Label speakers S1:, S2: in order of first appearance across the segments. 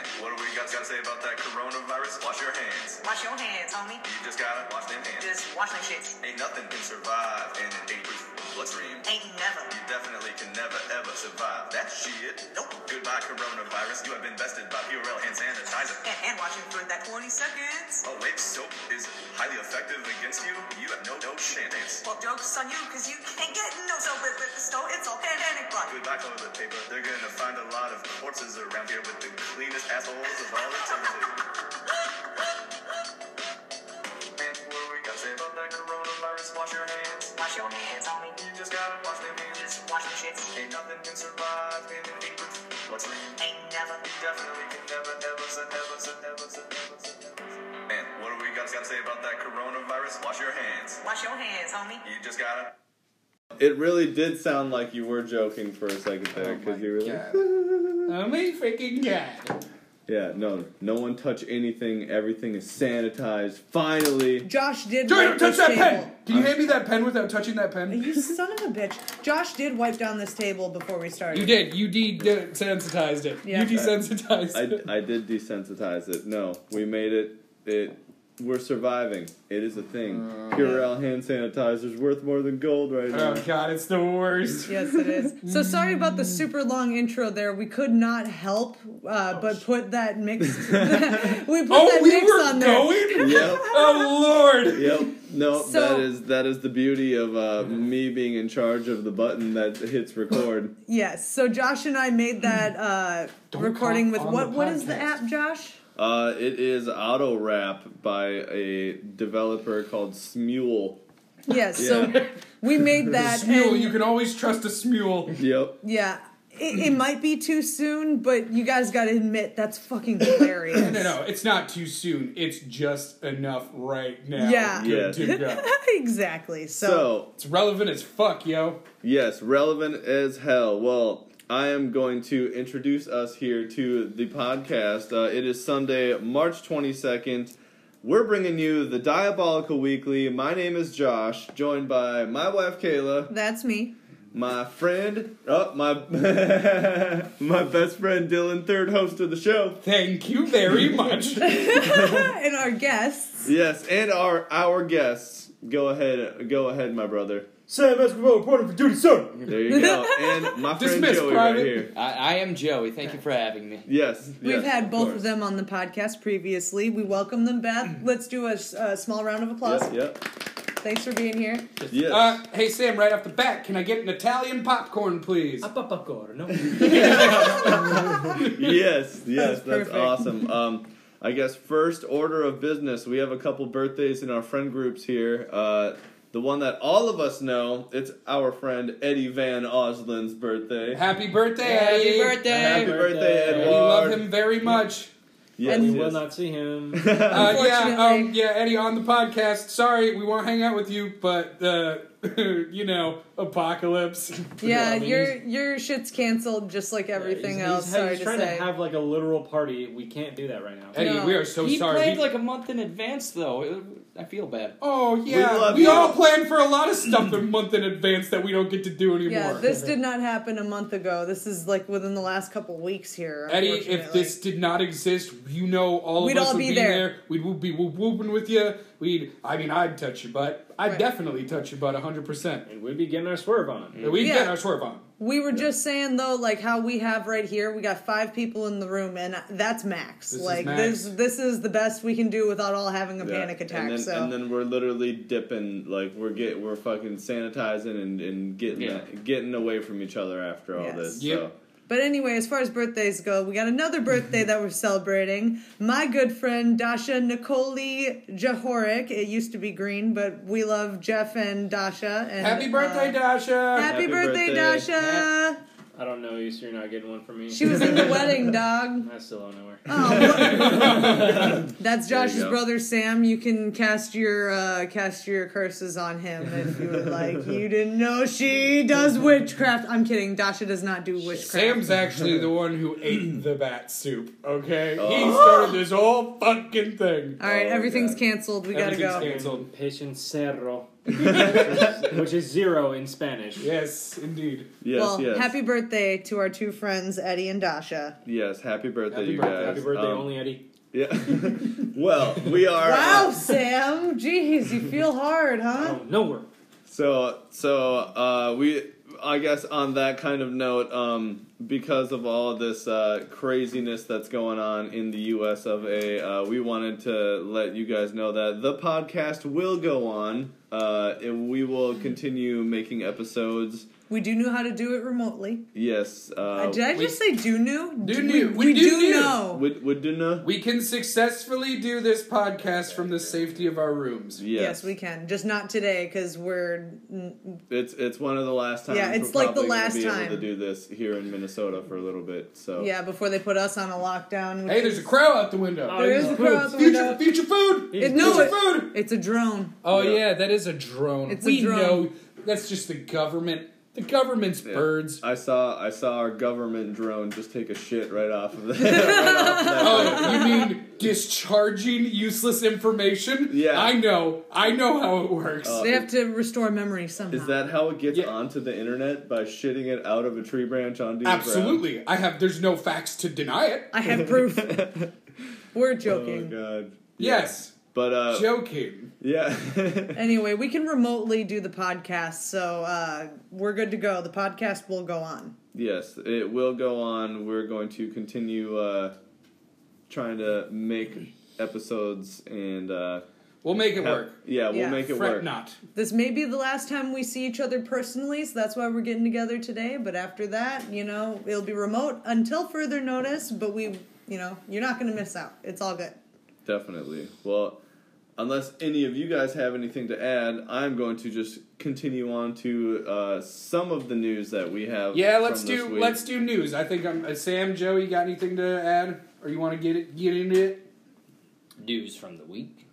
S1: else you gotta say about that coronavirus? Wash your hands.
S2: Wash your hands, homie.
S1: You just gotta wash them hands.
S2: Just wash them shits.
S1: Ain't nothing can survive in an 80 proof bloodstream.
S2: Ain't never.
S1: You definitely can never ever survive that shit. Nope. Goodbye, coronavirus. You have been bested by Purell hand sanitizer.
S2: And, and watching for that 20 seconds.
S1: Oh, wait, soap is highly effective against you. You have no, no chance.
S2: Well, joke's on you, because you can't get no soap at the store. It's all pandemic block.
S1: Goodbye, toilet paper. They're gonna find a lot of corpses around here with the cleanest assholes of all eternity. And what do we gotta say about that coronavirus? Wash your hands.
S2: Wash your hands, homie.
S1: You just gotta wash them hands.
S2: Just wash them shits.
S1: Ain't nothing can survive in an eight proof bloodstream.
S2: Ain't never.
S1: You definitely can never, never, so never, so never, so never, so never. And what do we gotta gotta say about that coronavirus? Wash your hands.
S2: Wash your hands, homie.
S1: You just gotta.
S3: It really did sound like you were joking for a second there
S4: Oh
S3: because
S4: my
S3: you were like,
S4: Oh my freaking god.
S3: yeah, no, no one touch anything. Everything is sanitized. Finally,
S5: Josh did
S4: Jordan,
S5: wipe
S4: touch
S5: this
S4: that
S5: table.
S4: pen! Can you hand me that pen without touching that pen?
S5: You son of a bitch. Josh did wipe down this table before we started.
S4: You did. You de- desensitized it.
S5: Yeah.
S4: You desensitized
S3: I,
S4: it.
S3: I did desensitize it. No, we made it. It we're surviving. It is a thing. Purell hand sanitizer's worth more than gold right now.
S4: Oh god, it's the worst.
S5: Yes, it is. So sorry about the super long intro there. We could not help uh, but put that mix. we put
S4: Oh,
S5: that
S4: we
S5: mix on
S4: were going?
S5: there.
S3: Yep.
S4: Oh lord!
S3: Yep. No,
S5: So-
S3: that is that is the beauty of uh, me being in charge of the button that hits record.
S5: Yes. So Josh and I made that uh,
S4: Don't
S5: recording
S4: cough
S5: with
S4: on
S5: what?
S4: the
S5: What is the
S4: podcast.
S5: app, Josh?
S3: Uh, it is Auto Wrap by a developer called Smule.
S5: Yes. So we made that.
S4: Smule,
S5: and-
S4: you can always trust a smule.
S3: Yep.
S5: yeah. It, it might be too soon, but you guys got to admit that's fucking hilarious.
S4: No, no, it's not too soon. It's just enough right now.
S5: Yeah.
S4: Good
S3: Yeah.
S4: to go.
S5: exactly. So,
S3: So,
S4: It's relevant as fuck, yo.
S3: yes, relevant as hell. Well, I am going to introduce us here to the podcast. Uh, it is Sunday, March 22nd. We're bringing you the Diabolical Weekly. My name is Josh, joined by my wife Kayla,
S5: that's me.
S3: my friend, oh, my my best friend Dylan, third host of the show.
S4: Thank you very much.
S5: and our guests.
S3: Yes, and our our guests. Go ahead, go ahead, my brother.
S4: Sam Escobar reporting for duty, sir.
S3: There you go. And my friend
S4: Dismiss,
S3: Joey
S4: private.
S3: right here.
S6: I, I am Joey. Thank you for having me.
S3: Yes,
S5: We've
S3: yes,
S5: had both
S3: course.
S5: of them on the podcast previously. We welcome them, Beth. Let's do a, s- a small round of applause.
S3: Yep, yep.
S5: Thanks for being here.
S3: Yes.
S4: Uh, hey Sam, right off the bat, can I get an Italian popcorn, please?
S3: yes, yes, that's
S5: perfect.
S3: awesome. Um, I guess first order of business. We have a couple birthdays in our friend groups here. Uh, the one that all of us know, it's our friend Eddie Van Oslin's birthday.
S4: Happy birthday, Eddie.
S6: Happy birthday!
S3: Happy birthday,
S4: We
S3: Edward.
S4: love him very much.
S3: Yes,
S5: And-
S7: We will
S3: yes.
S7: not see him.
S4: Uh, yeah,
S5: Unfortunately.
S4: um, yeah, Eddie on the podcast. Sorry, we won't hang out with you, but uh, you know, apocalypse.
S5: Yeah,
S7: I mean,
S5: your
S7: he's-
S5: your shit's canceled, just like everything
S7: He's- he's-
S5: else.
S7: he's
S5: sorry to
S7: trying
S5: say.
S7: to have like a literal party. We can't do that right now.
S4: Eddie, we are so
S6: he
S4: Oh, sorry.
S6: played
S4: He-
S6: like a month in advance, though. It- I feel bad.
S4: oh
S3: We
S4: yeah, we,
S3: love you.
S4: all plan for a lot of stuff a month in advance that we don't get to do anymore.
S5: yeah, this did not happen a month ago. This is like within the last couple weeks here.
S4: Eddie, if
S5: unfortunately.
S4: this did not exist, you know all
S5: We'd
S4: of us
S5: all
S4: would
S5: be
S4: be
S5: there.
S4: there. We'd whoop- be whoop whooping with you. We'd, I mean, I'd touch your butt. I'd
S5: Right.
S4: definitely touch your butt, hundred percent.
S7: And we'd be getting our swerve on.
S4: We'd get
S5: Yeah.
S4: our swerve on.
S5: we were just saying though, like how we have right here, we got five people in the room, and that's max.
S4: This is
S5: like
S4: max.
S5: this, this is the best we can do without all having a
S3: Yeah,
S5: panic attack.
S3: And then,
S5: so
S3: and then we're literally dipping, like we're get we're fucking sanitizing and, and getting
S6: Yeah.
S3: getting away from each other after all
S5: Yes.
S3: this.
S4: Yep.
S3: So
S5: But anyway, as far as birthdays go, we got another birthday that we're celebrating. My good friend Dasha Nicole Jahorik. It used to be green, but we love Jeff and Dasha. And,
S4: Happy birthday,
S5: uh,
S4: Dasha!
S5: Happy,
S3: Happy
S5: birthday,
S3: birthday.
S5: Dasha!
S7: I don't know you, so you're not getting one from me.
S5: She Uh, was in the wedding, dog.
S7: I still don't know her.
S5: That's
S3: There you
S5: Josh's
S3: go.
S5: brother Sam. You can cast your uh, cast your curses on him if you would like. You didn't know she does witchcraft. I'm kidding. Dasha does not do witchcraft.
S4: Sam's actually the one who ate the bat soup. Okay, he started this whole fucking thing.
S5: All right,
S3: Oh,
S5: everything's
S3: God.
S5: canceled. We gotta
S4: Everything's
S5: go.
S4: canceled.
S7: Patient Cerro. which is zero in Spanish.
S4: Yes, indeed.
S3: Yes,
S5: well,
S3: yes.
S5: happy birthday to our two friends, Eddie and Dasha.
S3: yes, happy birthday,
S4: Happy
S3: you guys.
S4: birthday,
S7: Happy birthday,
S3: Um,
S7: only Eddie.
S3: Yeah. well, we are.
S5: Wow,
S3: uh,
S5: Sam. Jeez, you feel hard, huh?
S7: Oh, no work.
S3: So so uh, we I guess on that kind of note, um, because of all this uh, craziness that's going on in the U.S. of A, uh, we wanted to let you guys know that the podcast will go on. Uh, and we will continue making episodes.
S5: We do know how to do it remotely.
S3: Yes. Uh,
S5: Uh, Did I just say do new?
S4: Do
S5: we,
S4: knew.
S5: We,
S4: We do
S5: do,
S4: knew.
S5: know.
S3: would would do no?
S4: We can successfully do this podcast from the safety of our rooms.
S5: yes. we can. Just not today because we're.
S3: It's it's one of the last times.
S5: Yeah, it's
S3: we're
S5: like the
S3: probably gonna
S5: last
S3: be
S5: time.
S3: able to do this here in Minnesota for a little bit. So
S5: Yeah, before they put us on a lockdown. which
S4: Hey, there's a
S5: is-
S4: crow out the window.
S7: Oh,
S5: There is
S7: he's
S5: a
S7: a
S5: crow
S7: food.
S5: out the
S4: future,
S5: window.
S4: future food.
S5: It- no,
S4: future
S5: it-
S4: food.
S5: it's a drone.
S4: Oh
S3: Yeah.
S4: yeah. that is a drone.
S5: It's a
S4: we
S5: drone.
S4: know that's just the government. The government's
S3: Yeah.
S4: birds.
S5: Uh,
S3: I saw I saw our government drone just take a shit right off of that. right off that
S4: Oh, you mean discharging useless information?
S3: Yeah.
S4: I know. I know how it works.
S3: Uh,
S5: They have to restore memory somehow.
S3: Is that how it gets
S4: Yeah.
S3: onto the internet by shitting it out of a tree branch onto your
S4: Absolutely. I have there's no facts to deny it.
S5: I have proof.
S3: ground?
S5: We're
S3: oh
S5: joking.
S3: god.
S4: Yes.
S3: But uh
S4: Joking.
S3: yeah.
S5: Anyway, we can remotely do the podcast, so uh, we're good to go. The podcast will go on.
S3: yes, it will go on. We're going to continue uh trying to make episodes and uh
S4: We'll make it
S3: have-
S4: work.
S3: Yeah, we'll
S5: Yeah.
S3: make it
S4: Fret
S3: work.
S4: not.
S5: This may be the last time we see each other personally, so that's why we're getting together today. But after that, you know, it'll be remote until further notice. But we, you know, you're not going to miss out. It's all good.
S3: Definitely. Well, unless any of you guys have anything to add, I'm going to just continue on to uh, some of the news that we have.
S4: Yeah, let's
S3: from this
S4: do
S3: week.
S4: let's do news. I think I'm uh, Sam, Joe, you got anything to add? Or you want to get it get into it?
S6: News from the week.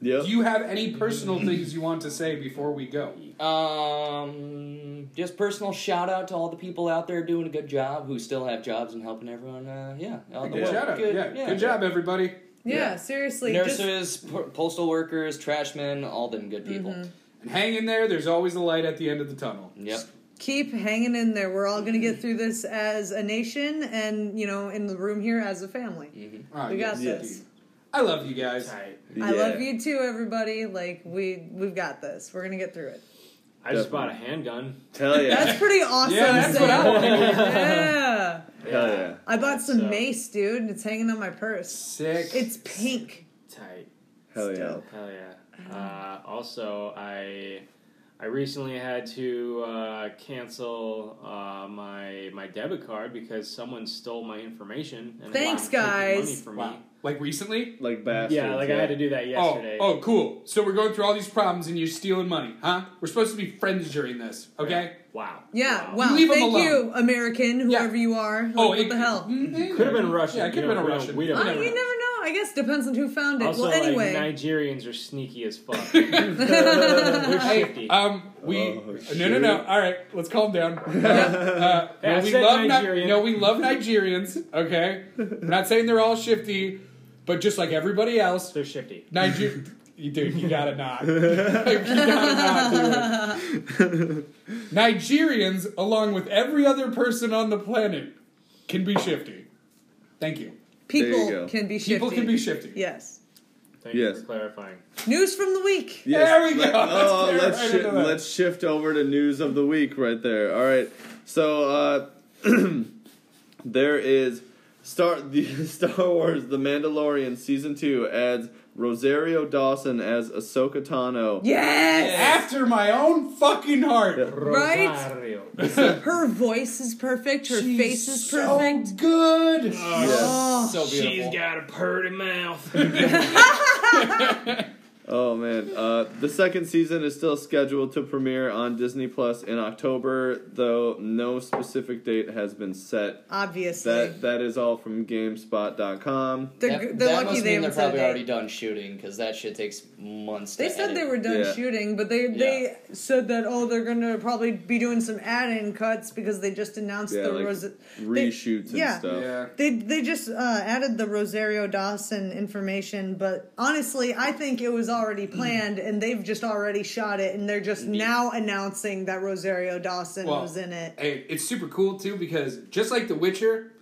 S3: Yep.
S4: Do you have any personal things you want to say before we go?
S6: Um, just personal shout out to all the people out there doing a good job who still have jobs and helping everyone. Uh, yeah, out in the
S3: Yeah.
S6: world.
S4: Shout out. yeah. Good job, everybody.
S5: Yeah,
S3: Yeah.
S5: seriously. just-
S6: Nurses, po- postal workers, trashmen, all them good people.
S5: Mm-hmm.
S4: And hang in there. There's always a light at the end of the tunnel.
S6: Yep.
S5: keep hanging in there. We're all going to get through this as a nation and, you know, in the room here as a family.
S4: All right,
S5: We got
S4: yes,
S5: this.
S4: indeed. I love you guys.
S5: I
S3: Yeah.
S5: love you too, everybody. Like we we've got this. We're gonna get through it.
S7: I just bought a handgun.
S3: Hell yeah.
S5: That's pretty awesome.
S4: Yeah, that's what I
S5: Sam.
S4: want.
S5: yeah.
S3: Hell yeah.
S5: I bought some
S7: So-
S5: mace, dude. and It's hanging on my purse.
S4: Sick.
S5: It's pink.
S7: Tight.
S3: Hell yeah.
S5: Still.
S7: Hell yeah. Uh, also, I I recently had to uh, cancel uh, my my debit card because someone stole my information. And
S5: Thanks,
S7: took the
S5: guys.
S7: Money from
S4: Wow. Like recently?
S3: Like bastards.
S7: me. Yeah, like I had to do that yesterday.
S4: Oh, oh, cool. So we're going through all these problems and you're stealing money, huh? We're supposed to be friends during this, okay?
S7: Wow.
S5: Yeah.
S7: Wow.
S5: Wow.
S4: Leave 'em
S5: Thank you,
S4: alone.
S5: American,
S4: Yeah.
S5: whoever you are. Like,
S4: Oh,
S5: what
S4: it-
S5: the hell?
S4: Mhm.
S7: Could have been Russian.
S4: Yeah, it could have been
S7: You
S4: a
S7: know, we don't-
S4: Russian.
S7: We
S4: Oh,
S7: don't
S5: Oh,
S7: know.
S5: you never know. I guess depends on who found it.
S7: Also,
S5: well, anyway.
S7: like Nigerians are sneaky as fuck. They're shifty.
S4: Um, we
S3: Oh,
S4: no no no. All right, let's calm down. Uh, uh,
S7: Hey, I
S4: no, we
S7: said
S4: love Ni-
S7: Nigerian.
S4: no, we love Nigerians. Okay, I'm not saying they're all shifty, but just like everybody else,
S7: They're shifty.
S4: Niger, you, dude, you gotta not. you gotta not, dude. Nigerians, along with every other person on the planet, can be shifty. Thank you.
S3: There you
S5: people
S3: go.
S5: can be shifty.
S4: People can be shifty.
S5: Yes.
S7: Thank
S3: Yes.
S7: you for clarifying.
S5: News from the week.
S4: There we
S3: let-
S4: go.
S3: oh,
S4: Let's get
S3: let's,
S4: right
S3: shi-
S4: into that.
S3: let's shift over to news of the week right there. All right. So uh, there is Star the Star Wars The Mandalorian season two adds Rosario Dawson as Ahsoka Tano.
S5: Yes.
S4: After my own fucking heart.
S5: Right?
S7: Rosario.
S5: Her voice is perfect. Her
S4: She's
S5: face is
S4: so
S5: perfect.
S4: good.
S5: Oh,
S6: So beautiful.
S7: She's got a purty mouth.
S3: Oh man, uh, the second season is still scheduled to premiere on Disney Plus in October, though no specific date has been set.
S5: obviously.
S3: That that is all from GameSpot.com.
S5: they're
S6: That-
S5: they're
S6: that
S5: lucky
S6: must
S5: they haven't
S6: mean they're
S5: said
S6: probably
S5: that.
S6: already done shooting because that shit takes months.
S5: They
S6: to
S5: said
S6: edit.
S5: they were done
S3: Yeah.
S5: shooting, but they they said that oh they're gonna probably be doing some add-in cuts because they just announced
S3: Yeah,
S5: the
S3: like
S5: Ros-
S3: Reshoots and
S5: yeah.
S3: stuff.
S4: Yeah.
S5: they they just uh, added the Rosario Dawson information. But honestly, I think it was already
S6: Mm.
S5: planned and they've just already shot it and they're just now announcing that Rosario Dawson
S4: Well,
S5: was in it.
S4: Hey, it's super cool too because just like The Witcher,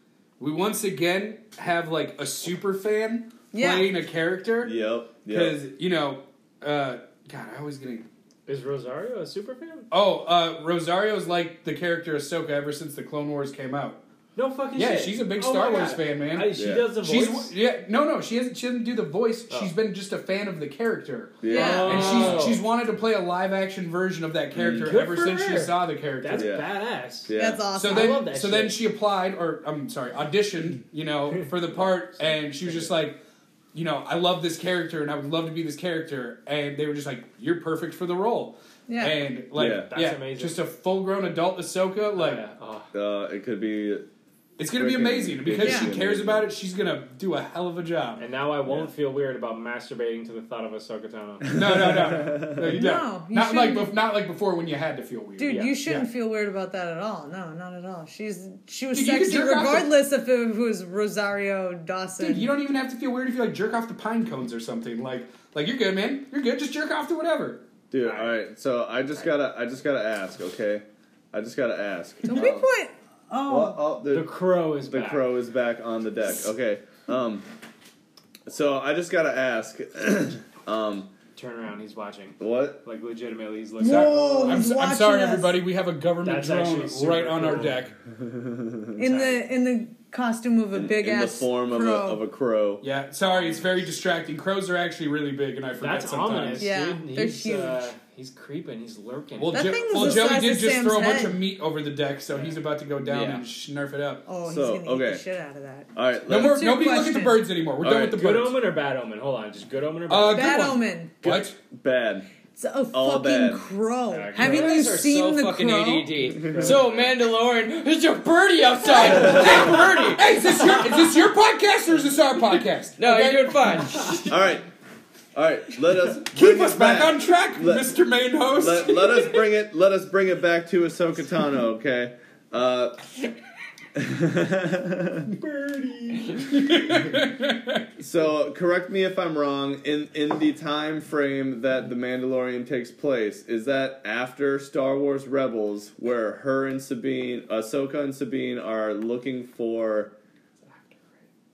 S4: we once again have like a super fan
S5: Yeah.
S4: playing a character.
S3: Yep.
S4: Because
S3: Yep.
S4: you know, uh, God, I always getting.
S7: Is Rosario a super fan?
S4: Oh, uh, Rosario's like the character Ahsoka ever since the Clone Wars came out.
S7: No fucking
S4: Yeah,
S7: shit.
S4: she's a big
S7: Oh
S4: Star
S7: my
S4: Wars
S7: God.
S4: fan, man.
S7: I, she
S3: Yeah.
S7: does the
S4: She's
S7: voice.
S4: yeah, no, no, she hasn't. She doesn't do the voice. She's been just a fan of the character,
S5: Yeah.
S4: and
S7: Oh.
S4: she's she's wanted to play a live action version of that character
S7: Good
S4: ever
S7: for
S4: since
S7: her.
S4: she saw the character.
S7: That's
S3: Yeah.
S7: badass.
S3: Yeah.
S5: That's
S4: so
S5: awesome.
S4: then,
S7: love that
S4: so then
S7: shit.
S4: she applied, or I'm sorry, auditioned, you know, for the part, and she was just like, you know, I love this character, and I would love to be this character, and they were just like, you're perfect for the role,
S5: Yeah.
S4: and like,
S3: Yeah.
S4: yeah,
S7: That's amazing.
S4: just a full grown adult Ahsoka, like,
S7: Yeah. Oh,
S3: Uh, it could be.
S4: it's gonna be
S3: Freaking-
S4: amazing because
S5: Yeah.
S4: she cares about it. She's gonna do a hell of a job.
S7: and now I won't feel weird about masturbating to the thought of Ahsoka Tano.
S4: No, no, no, no, you don't.
S5: No, you
S4: not like
S5: shouldn't.
S4: bef- not like before when you had to feel weird.
S5: Dude,
S7: Yeah,
S5: you shouldn't
S4: yeah.
S5: feel weird about that at all. No, not at all. She's she was
S4: Dude, you could
S5: sexy
S4: jerk off to-
S5: regardless if it was Rosario Dawson.
S4: Dude, you don't even have to feel weird if you like jerk off to pine cones or something. Like, like you're good, man. You're good. Just jerk off to whatever.
S3: Dude, all right. So I just gotta, I just gotta ask, okay? I just gotta ask.
S5: Don't be
S3: Um,
S5: point. Oh,
S3: well, oh,
S7: the
S3: the,
S7: crow is
S3: the
S7: back.
S3: crow is back on the deck. Okay. Um. So I just gotta ask. um.
S7: Turn around, he's watching.
S3: What?
S7: Like legitimately, he's looking.
S5: Whoa,
S4: I'm,
S5: he's
S4: I'm
S5: watching
S4: sorry,
S5: us.
S4: everybody. We have a government
S7: That's
S4: drone
S7: actually super
S4: right on our
S7: cool.
S4: deck.
S5: in the in the costume of a big
S3: In the
S5: ass
S3: form
S5: crow.
S3: of a of a crow.
S4: Yeah, sorry, it's very distracting. Crows are actually really big, and I forget
S7: That's
S4: sometimes.
S7: ominous,
S5: Yeah,
S7: dude.
S5: they're
S7: He's,
S5: huge.
S7: Uh, he's creeping. He's lurking.
S4: Well,
S5: That
S4: Jo-
S5: thing was
S4: well,
S5: the
S4: Joey
S5: size
S4: did
S5: of
S4: just
S5: Sam's
S4: throw a bunch
S5: head.
S4: of meat over the deck, so he's about to go down
S7: Yeah.
S4: and snarf it up.
S5: Oh, he's
S3: So,
S5: gonna eat
S3: okay.
S5: the shit out of that.
S3: All right.
S4: no
S3: let-
S4: more,
S5: Two
S4: nobody look at the
S5: questions.
S4: birds anymore. We're
S3: All
S4: done
S3: right,
S4: with the
S7: good
S4: birds.
S7: omen or bad omen? Hold on, just good omen or bad.
S4: Uh,
S7: omen?
S4: good
S5: Bad
S4: one.
S5: omen.
S4: What?
S3: Bad.
S5: It's a
S3: All
S5: fucking
S3: bad.
S5: crow.
S7: Yeah,
S5: Haven't
S6: You
S5: you
S6: guys are
S5: seen
S6: so
S5: the
S6: fucking
S5: crow?
S6: ADD. so Mandalorian, there's a birdie outside. hey, birdie.
S4: Hey, is this your is this your podcast or is this our podcast?
S6: No,
S4: Okay?
S6: you're doing fine.
S3: All right. All right. Let us
S4: keep us back on track,
S3: Let-
S4: Mr. Main Host.
S3: let, let us bring it. Let us bring it back to Ahsoka Tano. Okay. Uh, so correct me if I'm wrong. In in the time frame that the Mandalorian takes place, is that after Star Wars Rebels, where her and Sabine, Ahsoka and Sabine are looking for?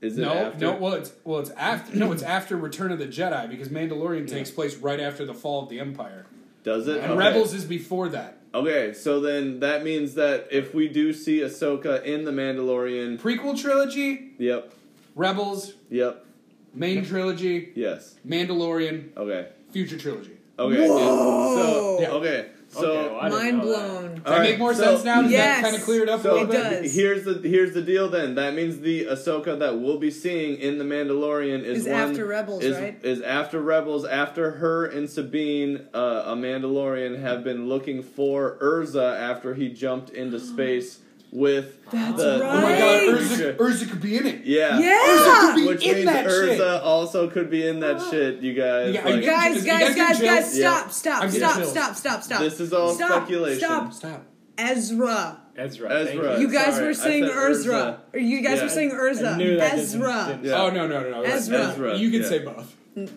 S3: Is it
S4: no,
S3: after?
S4: no. Well, it's well, it's after. No, it's after Return of the Jedi because Mandalorian takes place right after the fall of the Empire,
S3: Does it?
S4: and
S3: Oh, Okay.
S4: Rebels is before that.
S3: Okay, so then that means that if we do see Ahsoka in the Mandalorian,
S4: Prequel trilogy,
S3: yep,
S4: Rebels,
S3: yep,
S4: main trilogy,
S3: yes,
S4: Mandalorian,
S3: okay,
S4: future trilogy.
S3: okay,
S5: Whoa.
S3: so okay, so
S7: Okay, well, I didn't
S5: Oh, Mind
S7: know that.
S5: blown.
S4: Does
S3: All
S4: that
S3: right,
S4: make more
S3: so-
S4: sense now? Does
S5: Yes.
S4: that kind of clear it up a
S3: so
S4: little bit?
S5: It does.
S3: here's the here's the deal. Then that means the Ahsoka that we'll be seeing in the Mandalorian is,
S5: Is
S3: one-
S5: after Rebels,
S3: is,
S5: right?
S3: Is after Rebels, after her and Sabine, uh, a Mandalorian, have been looking for Urza after he jumped into space with
S5: That's
S3: the.
S4: Oh my God,
S5: Right.
S4: Urza, Urza could be in it.
S3: Yeah.
S5: Yeah!
S4: be
S3: Which
S4: in
S3: means
S4: that
S3: Urza
S4: shit.
S3: also could be in that shit, you guys.
S4: Yeah,
S3: like,
S4: you
S5: Guys,
S4: You guys
S5: guys,
S4: get
S5: guys, guys,
S4: chills?
S5: stop,
S3: Yeah.
S5: stop,
S4: I'm getting
S5: stop,
S4: chills.
S5: stop, stop, stop.
S3: This is all
S5: stop,
S3: speculation.
S5: Stop.
S4: Stop.
S5: Ezra.
S7: Ezra. thank
S3: Ezra.
S5: You guys
S3: Sorry, I
S5: were saying
S3: said
S5: Urza. Or You guys
S3: Yeah.
S5: were saying Urza.
S7: I knew that didn't-
S5: Ezra.
S7: didn't-
S3: Yeah.
S4: Oh no no no no.
S5: Ezra.
S3: Ezra,
S4: You can
S3: yeah.
S4: say both.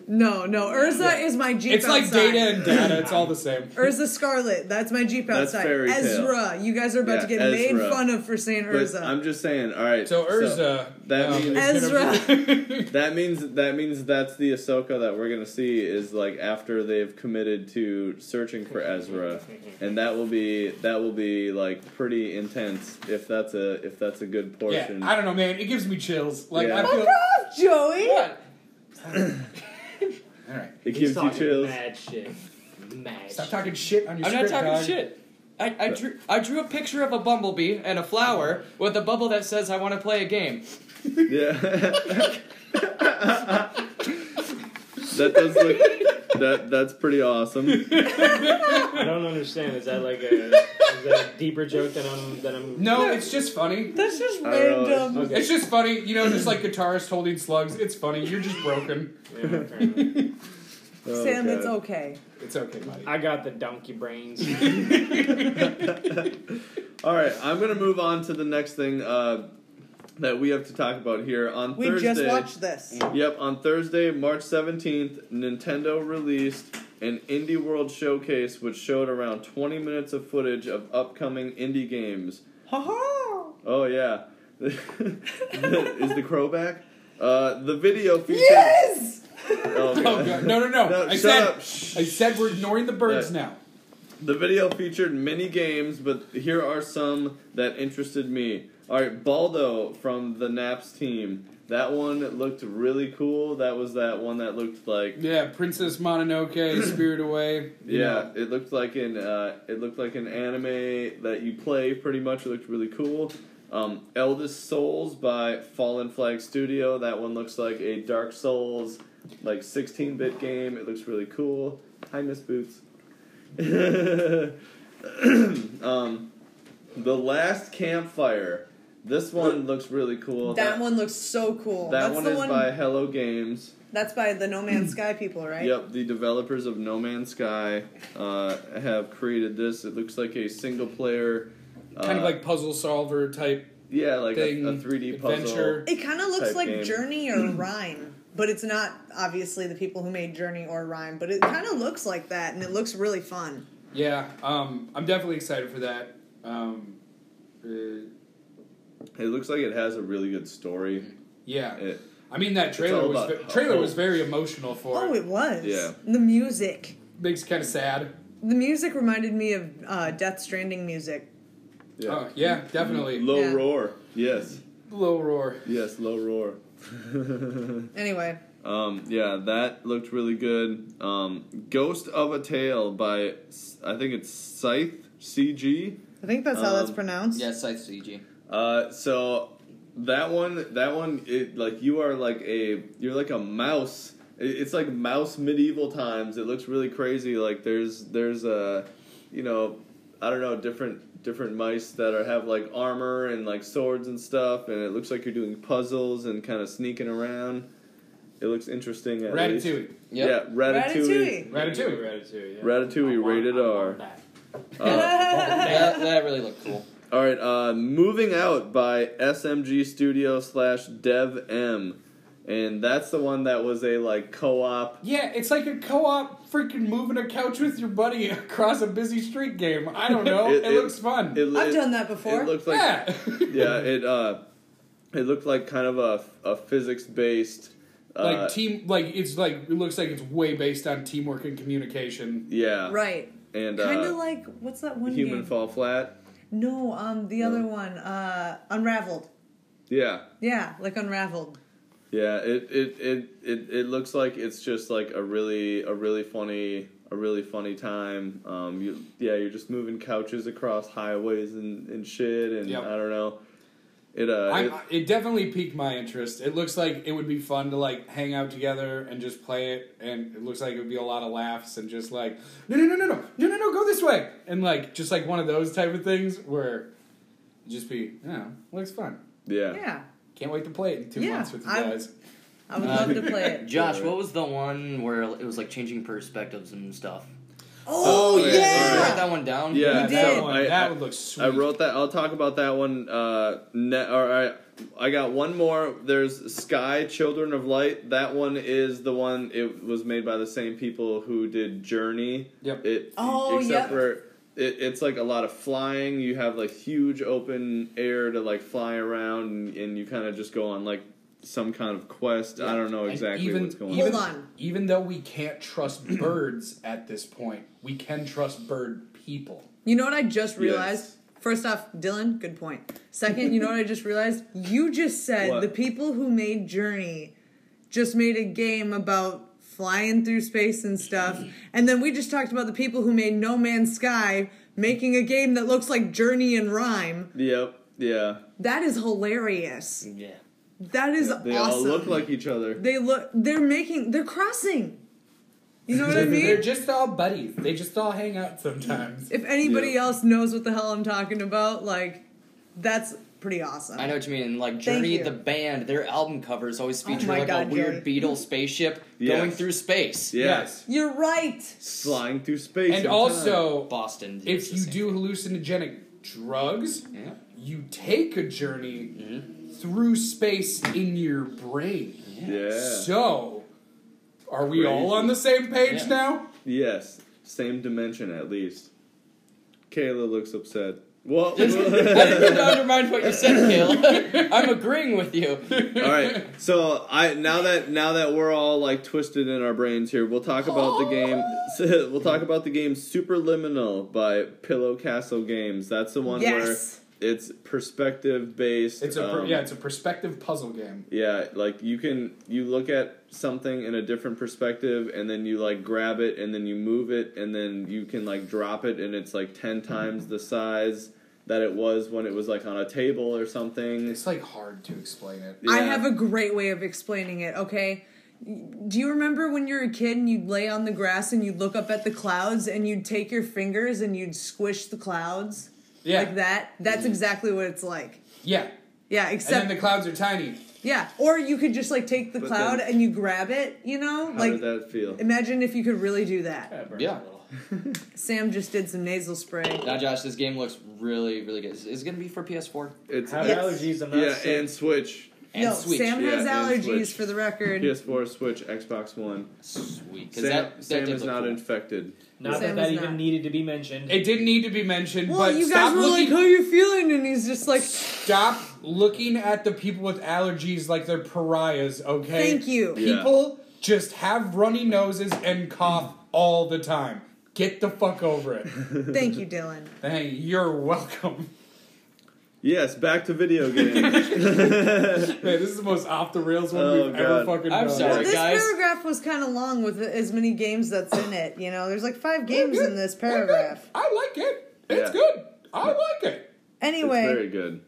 S5: No, no. Urza is my Jeep
S4: It's like
S5: outside.
S4: data and data. It's all the same.
S5: Urza Scarlet. That's my Jeep
S3: That's
S5: outside.
S3: fairy tale.
S5: Ezra. You guys are about
S3: Yeah,
S5: to get made
S3: Ezra.
S5: fun of for saying
S3: But
S5: Urza.
S3: I'm just saying. All right.
S4: So Urza.
S3: that
S4: um,
S3: means-
S4: is gonna be-
S3: that means that means that's the Ahsoka that we're gonna see is like after they've committed to searching for Ezra, and that will be that will be like pretty intense if that's a if that's a good
S4: yeah,
S3: portion.
S4: I don't know, man. It gives me chills. Like
S3: Yeah.
S4: I feel.
S5: Oh, Joey.
S4: All right.
S3: it
S7: He's
S3: gives you
S7: talking
S3: chills.
S7: Mad shit. Mad.
S4: Stop
S7: shit.
S4: talking shit on your.
S6: I'm not
S4: script,
S6: talking
S4: dog.
S6: shit. I, I drew I drew a picture of a bumblebee and a flower with a bubble that says I want to play a game.
S3: Yeah. that does look that that's pretty awesome.
S7: I don't understand. Is that like a, is that a deeper joke than I'm than I'm?
S4: No, it's just funny.
S5: That's just
S3: I don't know,
S5: random.
S7: Okay.
S4: It's just funny, you know, just like guitarist holding slugs. It's funny. You're just broken.
S7: Yeah, apparently.
S3: Oh,
S5: Sam,
S3: God.
S5: it's okay.
S4: It's okay, buddy.
S7: I got the donkey brains.
S3: All right, I'm gonna move on to the next thing. Uh, that we have to talk about here on
S5: We
S3: Thursday.
S5: just watched this.
S3: Yep, on Thursday, March 17th, Nintendo released an Indie World showcase which showed around 20 minutes of footage of upcoming indie games.
S5: Ha ha!
S3: Oh, yeah. Is the crow back? Uh, the video featured.
S5: Yes!
S3: Oh, God.
S4: Oh, God. No, no, no.
S3: No,
S4: I
S3: shut
S4: said,
S3: up.
S4: I said we're ignoring the birds
S3: Yeah.
S4: now.
S3: The video featured many games, but here are some that interested me. All right, Baldo from the Naps team. That one looked really cool. That was that one that looked like
S4: Yeah, Princess Mononoke, Spirit Away. you
S3: yeah,
S4: know.
S3: it looked like an uh, it looked like an anime that you play pretty much. It looked really cool. Um, Eldest Souls by Fallen Flag Studio. That one looks like a Dark Souls like 16-bit game. It looks really cool. Hi, Miss Boots. um, the Last Campfire. This one looks really cool.
S5: That one looks so cool.
S3: that
S5: that's
S3: one
S5: the
S3: is
S5: one.
S3: by Hello Games.
S5: that's by the No Man's Sky people, right?
S3: Yep, the developers of No Man's Sky uh, have created this. It looks like a single player, uh,
S4: Kind of like puzzle solver type
S3: yeah, like a,
S4: thing.
S3: a 3D
S4: adventure.
S5: It kind of looks
S3: Type
S5: like
S3: game.
S5: Journey or Rhyme, but it's not obviously the people who made Journey or Rhyme. But it kind of looks like that, and it looks really fun.
S4: Yeah, um, I'm definitely excited for that. Um, uh,
S3: puzzle. It looks like it has a really good story.
S4: yeah,
S3: It,
S4: I mean that
S3: all
S4: trailer was
S3: about
S4: ve- trailer
S3: hope.
S4: was very emotional for
S5: Oh,
S4: it.
S5: it was.
S3: Yeah.
S5: The music.
S4: Makes kind of sad.
S5: The music reminded me of uh, Death Stranding music.
S3: yeah.
S4: Oh, yeah, definitely.
S3: Low
S5: Yeah.
S3: roar. Yes,
S4: Low roar.
S3: yes, low roar.
S5: Anyway,
S3: um, yeah, that looked really good. Um, Ghost of a Tale by S- I think it's Scythe CG.
S5: I think that's how that's
S3: Um,
S5: pronounced.
S6: Yes, I CG.
S3: Uh, so that one, that one, it like you are like a you're like a mouse. It- It's like mouse medieval times. It looks really crazy. Like there's there's a, you know, I don't know different different mice that are have like armor and like swords and stuff, and it looks like you're doing puzzles and kind of sneaking around. It looks interesting. At least.
S4: Ratatouille.
S6: Yep.
S3: Yeah, Ratatouille.
S5: Ratatouille.
S4: Ratatouille.
S7: Ratatouille. Yeah.
S3: Ratatouille,
S7: I want-
S3: rated
S7: I want
S3: R.
S7: that.
S3: Uh,
S6: that, that really looked cool.
S3: All right, uh, moving out by SMG Studio slash Dev M, and that's the one that was a like co-op.
S4: Yeah, it's like a co-op freaking moving a couch with your buddy across a busy street game. I don't know.
S3: It-
S4: it,
S3: it-
S4: looks fun.
S5: I've done that before.
S3: It looked like
S4: yeah.
S3: yeah, it uh, it looked like kind of a a physics based uh,
S4: like team like it's like it looks like it's way based on teamwork and communication.
S3: yeah,
S5: Right.
S3: and
S5: Kind of
S3: uh,
S5: like what's that one
S3: human
S5: game?
S3: fall flat.
S5: No, um, the other one, uh, Unraveled.
S3: Yeah,
S5: Yeah, like Unraveled.
S3: yeah. It it, it it it looks like it's just like a really a really funny a really funny time. Um, you yeah, you're just moving couches across highways and and shit, and
S4: Yep.
S3: I don't know. It uh,
S4: I,
S3: it-
S4: I- it definitely piqued my interest. It looks like it would be fun to like hang out together and just play it, and it looks like it would be a lot of laughs and just like no no no no no no no no go this way and like just like one of those type of things where you just be you know looks fun.
S3: yeah.
S5: Yeah,
S4: Can't wait to play it in two
S5: Yeah,
S4: months with you
S5: I-
S4: guys.
S5: I
S3: Uh,
S5: would love to play it.
S6: Josh, what was the one where it was like changing perspectives and stuff?
S5: Oh,
S3: yeah,
S5: yeah,
S6: Did you write that one down?
S3: Yeah,
S5: You
S3: that
S5: did.
S3: one. I,
S4: that
S3: I-
S4: would look sweet.
S3: I wrote that. I'll talk about that one. Uh, ne- or I, I got one more. There's Sky Children of Light. That one is the one. It was made by the same people who did Journey.
S4: Yep.
S3: It,
S5: Oh,
S3: except
S5: yep.
S3: for it, it's like a lot of flying. You have like huge open air to like fly around, and, and you kind of just go on like some kind of quest. I don't know
S4: And
S3: exactly
S4: even-
S3: what's going
S4: even-
S3: on.
S5: Hold on.
S4: Even though we can't trust birds at this point, we can trust bird people.
S5: You know what I just realized?
S3: Yes.
S5: First off, Dylan, good point. Second, you know what I just realized? You just said
S3: What?
S5: the people who made Journey just made a game about flying through space and stuff. And then we just talked about the people who made No Man's Sky making a game that looks like Journey and Rhyme.
S3: Yep. Yeah.
S5: That is hilarious.
S6: Yeah.
S5: That is
S3: They
S5: awesome.
S3: all look like each other.
S5: they look they're making they're crossing. You know what I
S4: They're
S5: mean?
S4: just all buddies. They just all hang out sometimes.
S5: if anybody
S3: Yeah.
S5: else knows what the hell I'm talking about, like that's pretty awesome.
S6: I know what you Oh mean. Like Journey,
S5: you.
S6: the band, their album covers always feature
S5: my
S6: like a
S5: God,
S6: weird
S5: Jerry.
S6: beetle spaceship
S3: Yeah.
S6: going through space.
S3: Yes.
S5: You're right.
S3: Flying through space.
S4: And
S3: in time.
S4: also,
S6: Boston. it's
S4: if
S6: the
S4: you
S6: same
S4: do
S6: thing.
S4: hallucinogenic drugs,
S6: Yeah.
S5: Mm-hmm.
S4: you take a journey through space in your brain.
S3: Yeah.
S4: So, are we all
S3: Crazy.
S4: on the same page
S6: Yeah.
S4: now?
S3: Yes, same dimension at least. Kayla looks upset. Well,
S6: I didn't mean to undermine what you said, Kale. I'm agreeing with you.
S3: all right. So I now that now that we're all like twisted in our brains here, we'll talk about the game. We'll talk about the game Superliminal by Pillow Castle Games. That's the one
S5: Yes.
S3: where it's perspective based.
S4: It's a per-
S3: um,
S4: yeah, it's a perspective puzzle game.
S3: Yeah, like you can you look at something in a different perspective and then you like grab it and then you move it and then you can like drop it and it's like 10 times the size that it was when it was like on a table or something.
S4: It's like hard to explain it.
S5: I
S3: Yeah.
S5: have a great way of explaining it, okay? Do you remember when you were a kid and you'd lay on the grass and you'd look up at the clouds and you'd take your fingers and you'd squish the clouds
S4: Yeah,
S5: like that? That's
S3: Mm-hmm.
S5: exactly what it's like.
S4: yeah.
S5: Yeah,
S4: And
S5: except
S4: then the clouds are tiny.
S5: yeah, or you could just like take the
S3: But
S5: cloud
S3: then-
S5: and you grab it, you know?
S3: How
S5: like
S3: did that feel?
S5: imagine if you could really do that.
S7: That burns
S6: Yeah.
S7: a little.
S5: Sam just did some nasal spray.
S6: Now, Josh, this game looks really, really good. Is, is it going to be for PS4
S3: It's
S7: Have
S5: Yes.
S7: allergies. I'm not
S3: yeah,
S7: sick.
S3: and Switch.
S6: and
S5: no,
S6: Switch?
S5: Sam
S3: yeah,
S5: has
S3: and Switch.
S5: allergies for the record.
S3: PS4, Switch, Xbox One.
S6: Sweet. 'cause
S3: Sam,
S6: that, that
S3: Sam
S6: did
S3: is
S6: look
S3: not
S6: cool.
S3: infected.
S7: Not
S5: Sam
S7: that that
S5: is
S7: even
S5: not.
S7: needed to be mentioned.
S4: It didn't need to be mentioned,
S5: Well,
S4: but
S5: you
S4: stop
S5: guys were
S4: looking.
S5: like, "How you feeling?" And he's just like,
S4: Stop looking at the people with allergies like they're pariahs, okay?
S5: Thank you.
S3: Yeah.
S4: People just have runny noses and cough all the time. Get the fuck over it.
S5: "Thank you, Dylan."
S4: hey, you're welcome.
S3: Yes, back to video games.
S4: Man, this is the most off the rails one
S3: Oh,
S4: we've ever
S3: God.
S4: fucking
S6: I'm
S4: done.
S6: sorry.
S5: Well, this
S6: guys.
S5: paragraph was kind of long with as many games that's in it. You know, there's like five games in this paragraph.
S4: I like it.
S3: Yeah.
S4: It's good. I like it.
S3: It's
S5: Anyway,
S3: very good.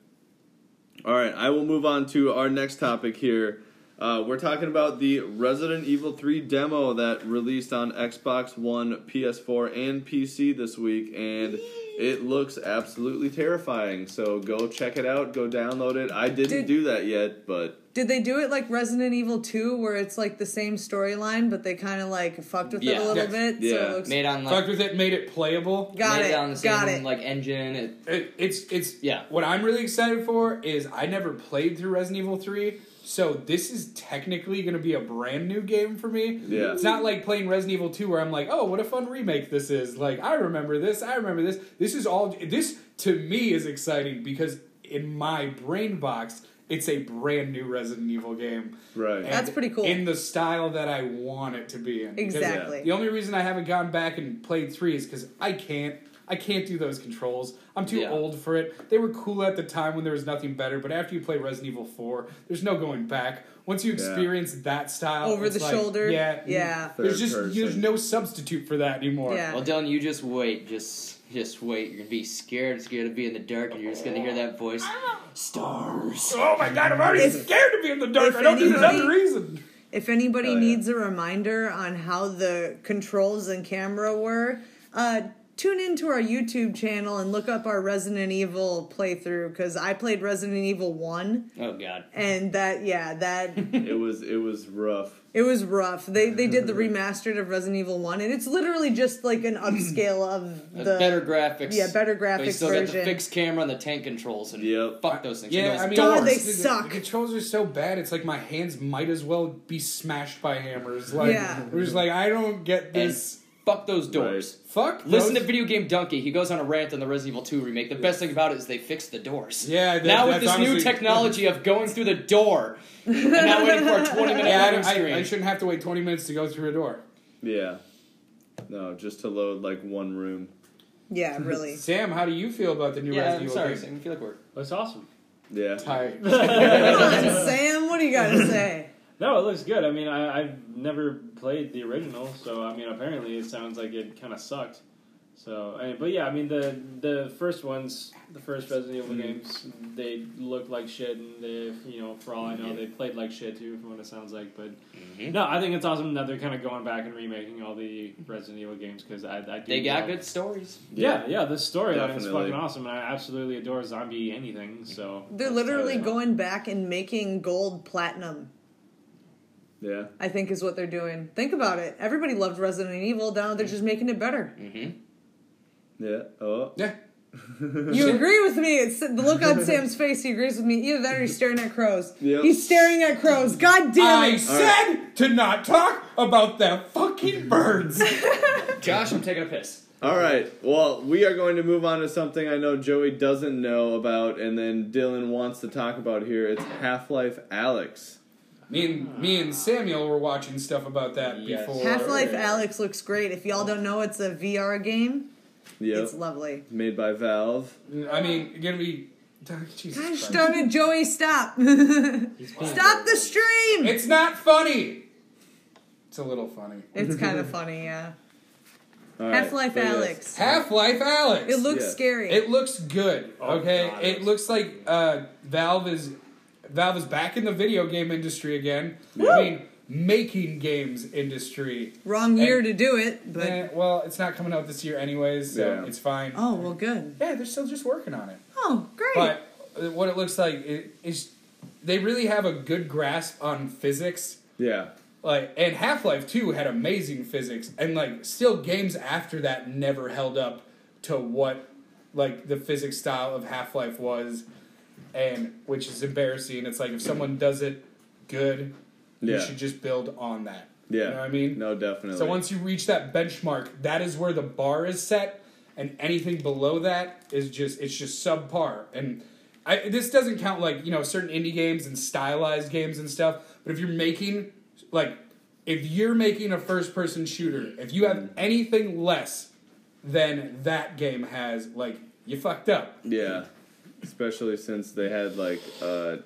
S3: All right, I will move on to our next topic here. Uh, we're talking about the Resident Evil 3 demo that released on Xbox One, PS4, and PC this week, and it looks absolutely terrifying. So go check it out, go download it. I didn't
S5: Did-
S3: do that yet, but
S5: did they do it like Resident Evil 2 where it's like the same storyline but they kind of like fucked with it
S6: Yeah.
S5: a little
S4: Yes.
S5: bit?
S3: Yeah.
S5: So it looks
S6: Made on
S4: Fucked
S6: like,
S4: with it, made it playable.
S5: Got
S6: made
S5: it.
S6: on the same
S5: got it.
S6: like engine. It,
S4: It, it's it's
S6: Yeah.
S4: What I'm really excited for is I never played through Resident Evil Three, so this is technically going to be a brand new game for me.
S3: Yeah.
S4: it's not like playing Resident Evil Two where I'm like, oh, what a fun remake this is. Like I remember this, I remember this. This is all this to me is exciting because in my brain box. It's a brand new Resident Evil game.
S3: Right.
S4: And
S5: That's pretty cool.
S4: In the style that I want it to be in. Because
S5: Exactly.
S4: The only reason I haven't gone back and played three is because I can't. I can't do those controls. I'm too
S6: Yeah.
S4: old for it. They were cool at the time when there was nothing better, but after you play Resident Evil 4, there's no going back. Once you experience that style,
S5: Over
S4: it's
S5: the
S4: like,
S5: shoulder?
S4: yeah,
S5: Yeah.
S4: There's
S3: Mm-hmm. Third
S4: just there's
S3: person.
S4: no substitute for that anymore.
S5: Yeah.
S6: well, Dylan, you just wait. Just just wait. You're gonna be scared. It's gonna be in the dark, and you're just gonna hear that voice. Stars.
S4: Oh my god, I'm already
S5: If-
S4: scared to be in the dark.
S5: if
S4: I don't need
S5: anybody-
S4: another reason.
S5: If anybody
S3: Oh, yeah.
S5: needs a reminder on how the controls and camera were, uh, tune into our YouTube channel and look up our Resident Evil playthrough because I played Resident Evil 1
S6: Oh God.
S5: and that, yeah, that.
S3: it was it was rough.
S5: It was rough. They they did the remastered of Resident Evil One, and it's literally just like an upscale of
S6: Uh,
S5: the
S6: better graphics.
S5: Yeah, better
S6: But you
S5: graphics
S6: still got the
S5: version.
S6: fixed camera and the tank controls and
S3: Yep.
S6: fuck those things.
S4: Yeah,
S6: Those
S4: I mean,
S5: God, they
S4: the- the-
S5: suck.
S4: The controls are so bad. It's like my hands might as well be smashed by hammers. Like,
S5: Yeah.
S4: we're just like, I don't get
S6: and
S4: this.
S6: fuck those doors.
S4: Fuck.
S6: Listen
S4: those-
S6: to Video Game Donkey. He goes on a rant on the Resident Evil 2 remake. The best thing about it is they fixed the doors.
S4: Yeah, that-
S6: now with
S4: that's
S6: this new
S4: honestly-
S6: technology of going through the door and not waiting for a 20 minute
S4: Yeah, I,
S6: loading
S4: don't-
S6: screen.
S4: I, I shouldn't have to wait 20 minutes to go through a door.
S3: Yeah. No, just to load like one room.
S5: yeah, really.
S4: Sam, how do you feel about the new
S6: yeah,
S4: Resident
S6: I'm
S4: Evil
S6: sorry,
S4: game?
S6: Sam. I feel like we're
S7: Looks awesome.
S3: Yeah.
S4: Tight.
S5: Come on, Sam. What do you got to say?
S7: No, it looks good. I mean, I, I've never played the original, so I mean, apparently it sounds like it kind of sucked. So, I but yeah, I mean, the the first ones, the first Resident Evil games, they looked like shit, and they, you know, for all I know, they played like shit too, from what it sounds like. But no, I think it's awesome that they're kind of going back and remaking all the Resident Evil games because I, I do
S6: they got
S7: love-
S6: good stories.
S7: Yeah, yeah, the storyline is
S3: Definitely.
S7: fucking awesome, and I absolutely adore zombie anything. So
S5: They're
S7: that's
S5: literally
S7: totally-
S5: going back and making gold platinum.
S3: Yeah.
S5: I think is what they're doing. Think about it. Everybody loved Resident Evil. Now they're just making it better.
S6: Mm-hmm.
S3: Yeah. Oh.
S4: yeah.
S5: You agree with me? It's the look on Sam's face. He agrees with me. Either that, or he's staring at crows.
S3: Yep.
S5: He's staring at crows. God damn
S4: I
S5: it!
S4: said to not talk about the fucking birds.
S6: Josh, I'm taking a piss.
S3: All right. Well, we are going to move on to something I know Joey doesn't know about, and then Dylan wants to talk about here. It's Half Life Alex.
S4: me and me and Samuel were watching stuff about that
S6: Yes.
S4: before.
S5: Half Life Alex looks great. If y'all don't know, it's a VR game.
S3: Yep.
S5: It's lovely.
S3: Made by Valve.
S4: I mean, you're gonna be. oh, Jesus
S5: Gosh
S4: Christ.
S5: darn it, Joey! Stop! stop the stream.
S4: It's not funny. It's a little funny.
S5: It's kind of funny, yeah.
S3: All right,
S5: Half Life
S3: so yes.
S5: Alex.
S4: Half Life Alex.
S5: It looks
S3: Yeah.
S5: scary.
S4: It looks good. Okay,
S7: God,
S4: it
S7: it's-
S4: looks like uh, Valve is Valve is back in the video game industry again. I mean, making games industry.
S5: Wrong year to do it, but
S4: Eh, well, it's not coming out this year anyways, so
S3: Yeah.
S4: it's fine.
S5: oh well, good.
S4: Yeah, they're still just working on it.
S5: Oh, great.
S4: But uh, what it looks like i- is they really have a good grasp on physics.
S3: Yeah.
S4: Like and Half Life Two had amazing physics, and like still games after that never held up to what like the physics style of Half Life was, and which is embarrassing. It's like if someone does it good,
S3: Yeah.
S4: you should just build on that.
S3: Yeah.
S4: you know what I mean.
S3: No, definitely.
S4: So once you reach that benchmark, that is where the bar is set, and anything below that is just it's just subpar. And I, this doesn't count like you know certain indie games and stylized games and stuff. But if you're making like if you're making a first person shooter, if you have anything less than that game has, like you fucked up.
S3: Yeah. Especially since they had like uh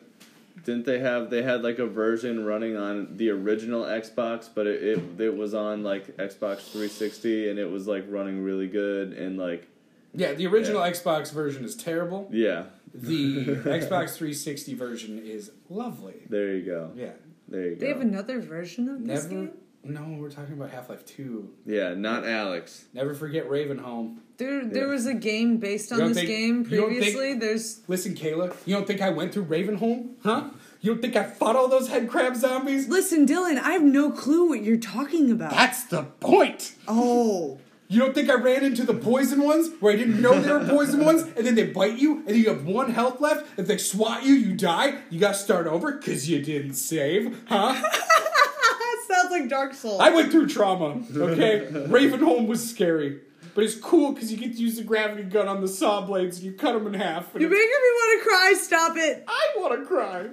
S3: didn't they have they had like a version running on the original Xbox, but it it, it was on like Xbox 360 and it was like running really good and like
S4: Yeah, the original
S3: Yeah.
S4: Xbox version is terrible.
S3: yeah.
S4: The Xbox 360 version is lovely.
S3: There you go.
S4: Yeah.
S3: There you
S5: they
S3: go.
S5: have another version of this
S4: Never.
S5: game.
S4: No, we're talking about Half Life Two.
S3: yeah, not Alex.
S4: Never forget Ravenholm.
S5: There, there
S3: Yeah.
S5: was a game based on
S4: don't
S5: this
S4: think-
S5: game
S4: you don't think-
S5: previously. There's
S4: Listen, Kayla, you don't think I went through Ravenholm, huh? You don't think I fought all those head crab zombies?
S5: listen, Dylan. I have no clue what you're talking about.
S4: That's the point.
S5: oh,
S4: You don't think I ran into the poison ones where I didn't know they were poison ones, and then they bite you, and then you have one health left. If they swat you, you die. You gotta start over because you didn't save, huh?
S5: that sounds like Dark Souls.
S4: I went through trauma, okay? Ravenholm was scary. But it's cool because you get to use the gravity gun on the saw blades and you cut them in half. And
S5: you're
S4: it's-
S5: making me want to cry. Stop it.
S4: I want to cry.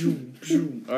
S3: All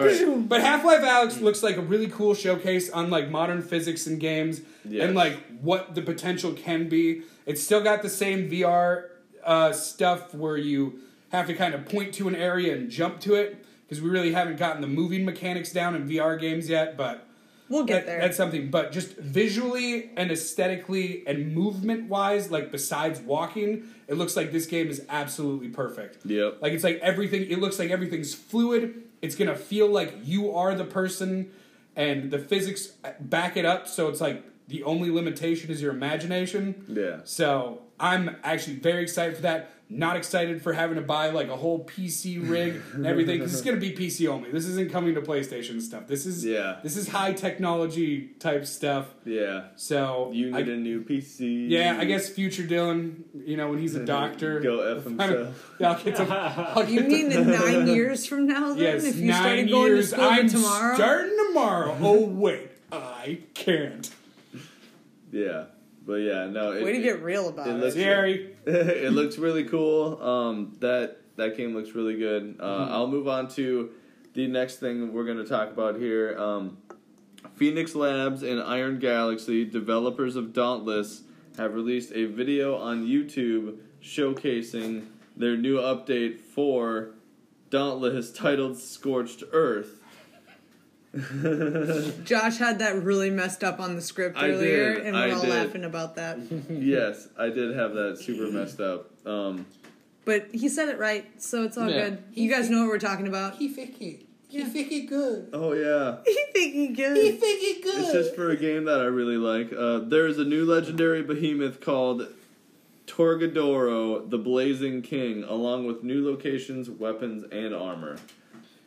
S3: right.
S4: But Half Life Alex looks like a really cool showcase on like modern physics in games
S3: Yes.
S4: and like what the potential can be. It's still got the same VR uh, stuff where you have to kind of point to an area and jump to it because we really haven't gotten the moving mechanics down in VR games yet. But
S5: We'll get
S4: that-
S5: there.
S4: that's something. But just visually and aesthetically and movement wise, like besides walking, it looks like this game is absolutely perfect.
S3: Yep.
S4: Like it's like everything. It looks like everything's fluid. It's gonna feel like you are the person, and the physics back it up. So it's like the only limitation is your imagination.
S3: Yeah.
S4: So I'm actually very excited for that. Not excited for having to buy like a whole PC rig and everything because it's gonna be PC only. This isn't coming to PlayStation stuff. This is
S3: Yeah.
S4: This is high technology type stuff.
S3: Yeah.
S4: So
S3: You
S4: I-
S3: need a new PC.
S4: yeah, I guess future Dylan, you know, when he's a doctor,
S3: Go F
S4: I'm-
S3: himself.
S4: Yeah, I'll get to, I'll
S5: you
S4: get to
S5: mean in nine years from now, then,
S4: yes,
S5: if you
S4: nine
S5: started going
S4: years.
S5: to school
S4: I'm
S5: tomorrow?
S4: starting tomorrow. Oh wait, I can't.
S3: Yeah. But yeah, no. It,
S5: Way to
S3: it-
S5: get real about
S3: it
S5: it.
S3: looks-
S4: Jerry,
S3: it looks really cool. Um, that that game looks really good. Uh,
S4: Mm-hmm.
S3: I'll move on to the next thing we're going to talk about here. Um, Phoenix Labs and Iron Galaxy, developers of Dauntless, have released a video on YouTube showcasing their new update for Dauntless titled "Scorched Earth."
S5: Josh had that really messed up on the script
S3: I
S5: earlier,
S3: did,
S5: and we're
S3: I
S5: all
S3: did.
S5: laughing about that.
S3: yes, I did have that super messed up. Um,
S5: But he said it right, so it's all
S6: Yeah.
S5: good. You guys know what we're talking about. He
S3: oh yeah.
S5: thinking good.
S3: It's just for a game that I really like. Uh, there is a new legendary behemoth called Torgadoro, the Blazing King, along with new locations, weapons, and armor.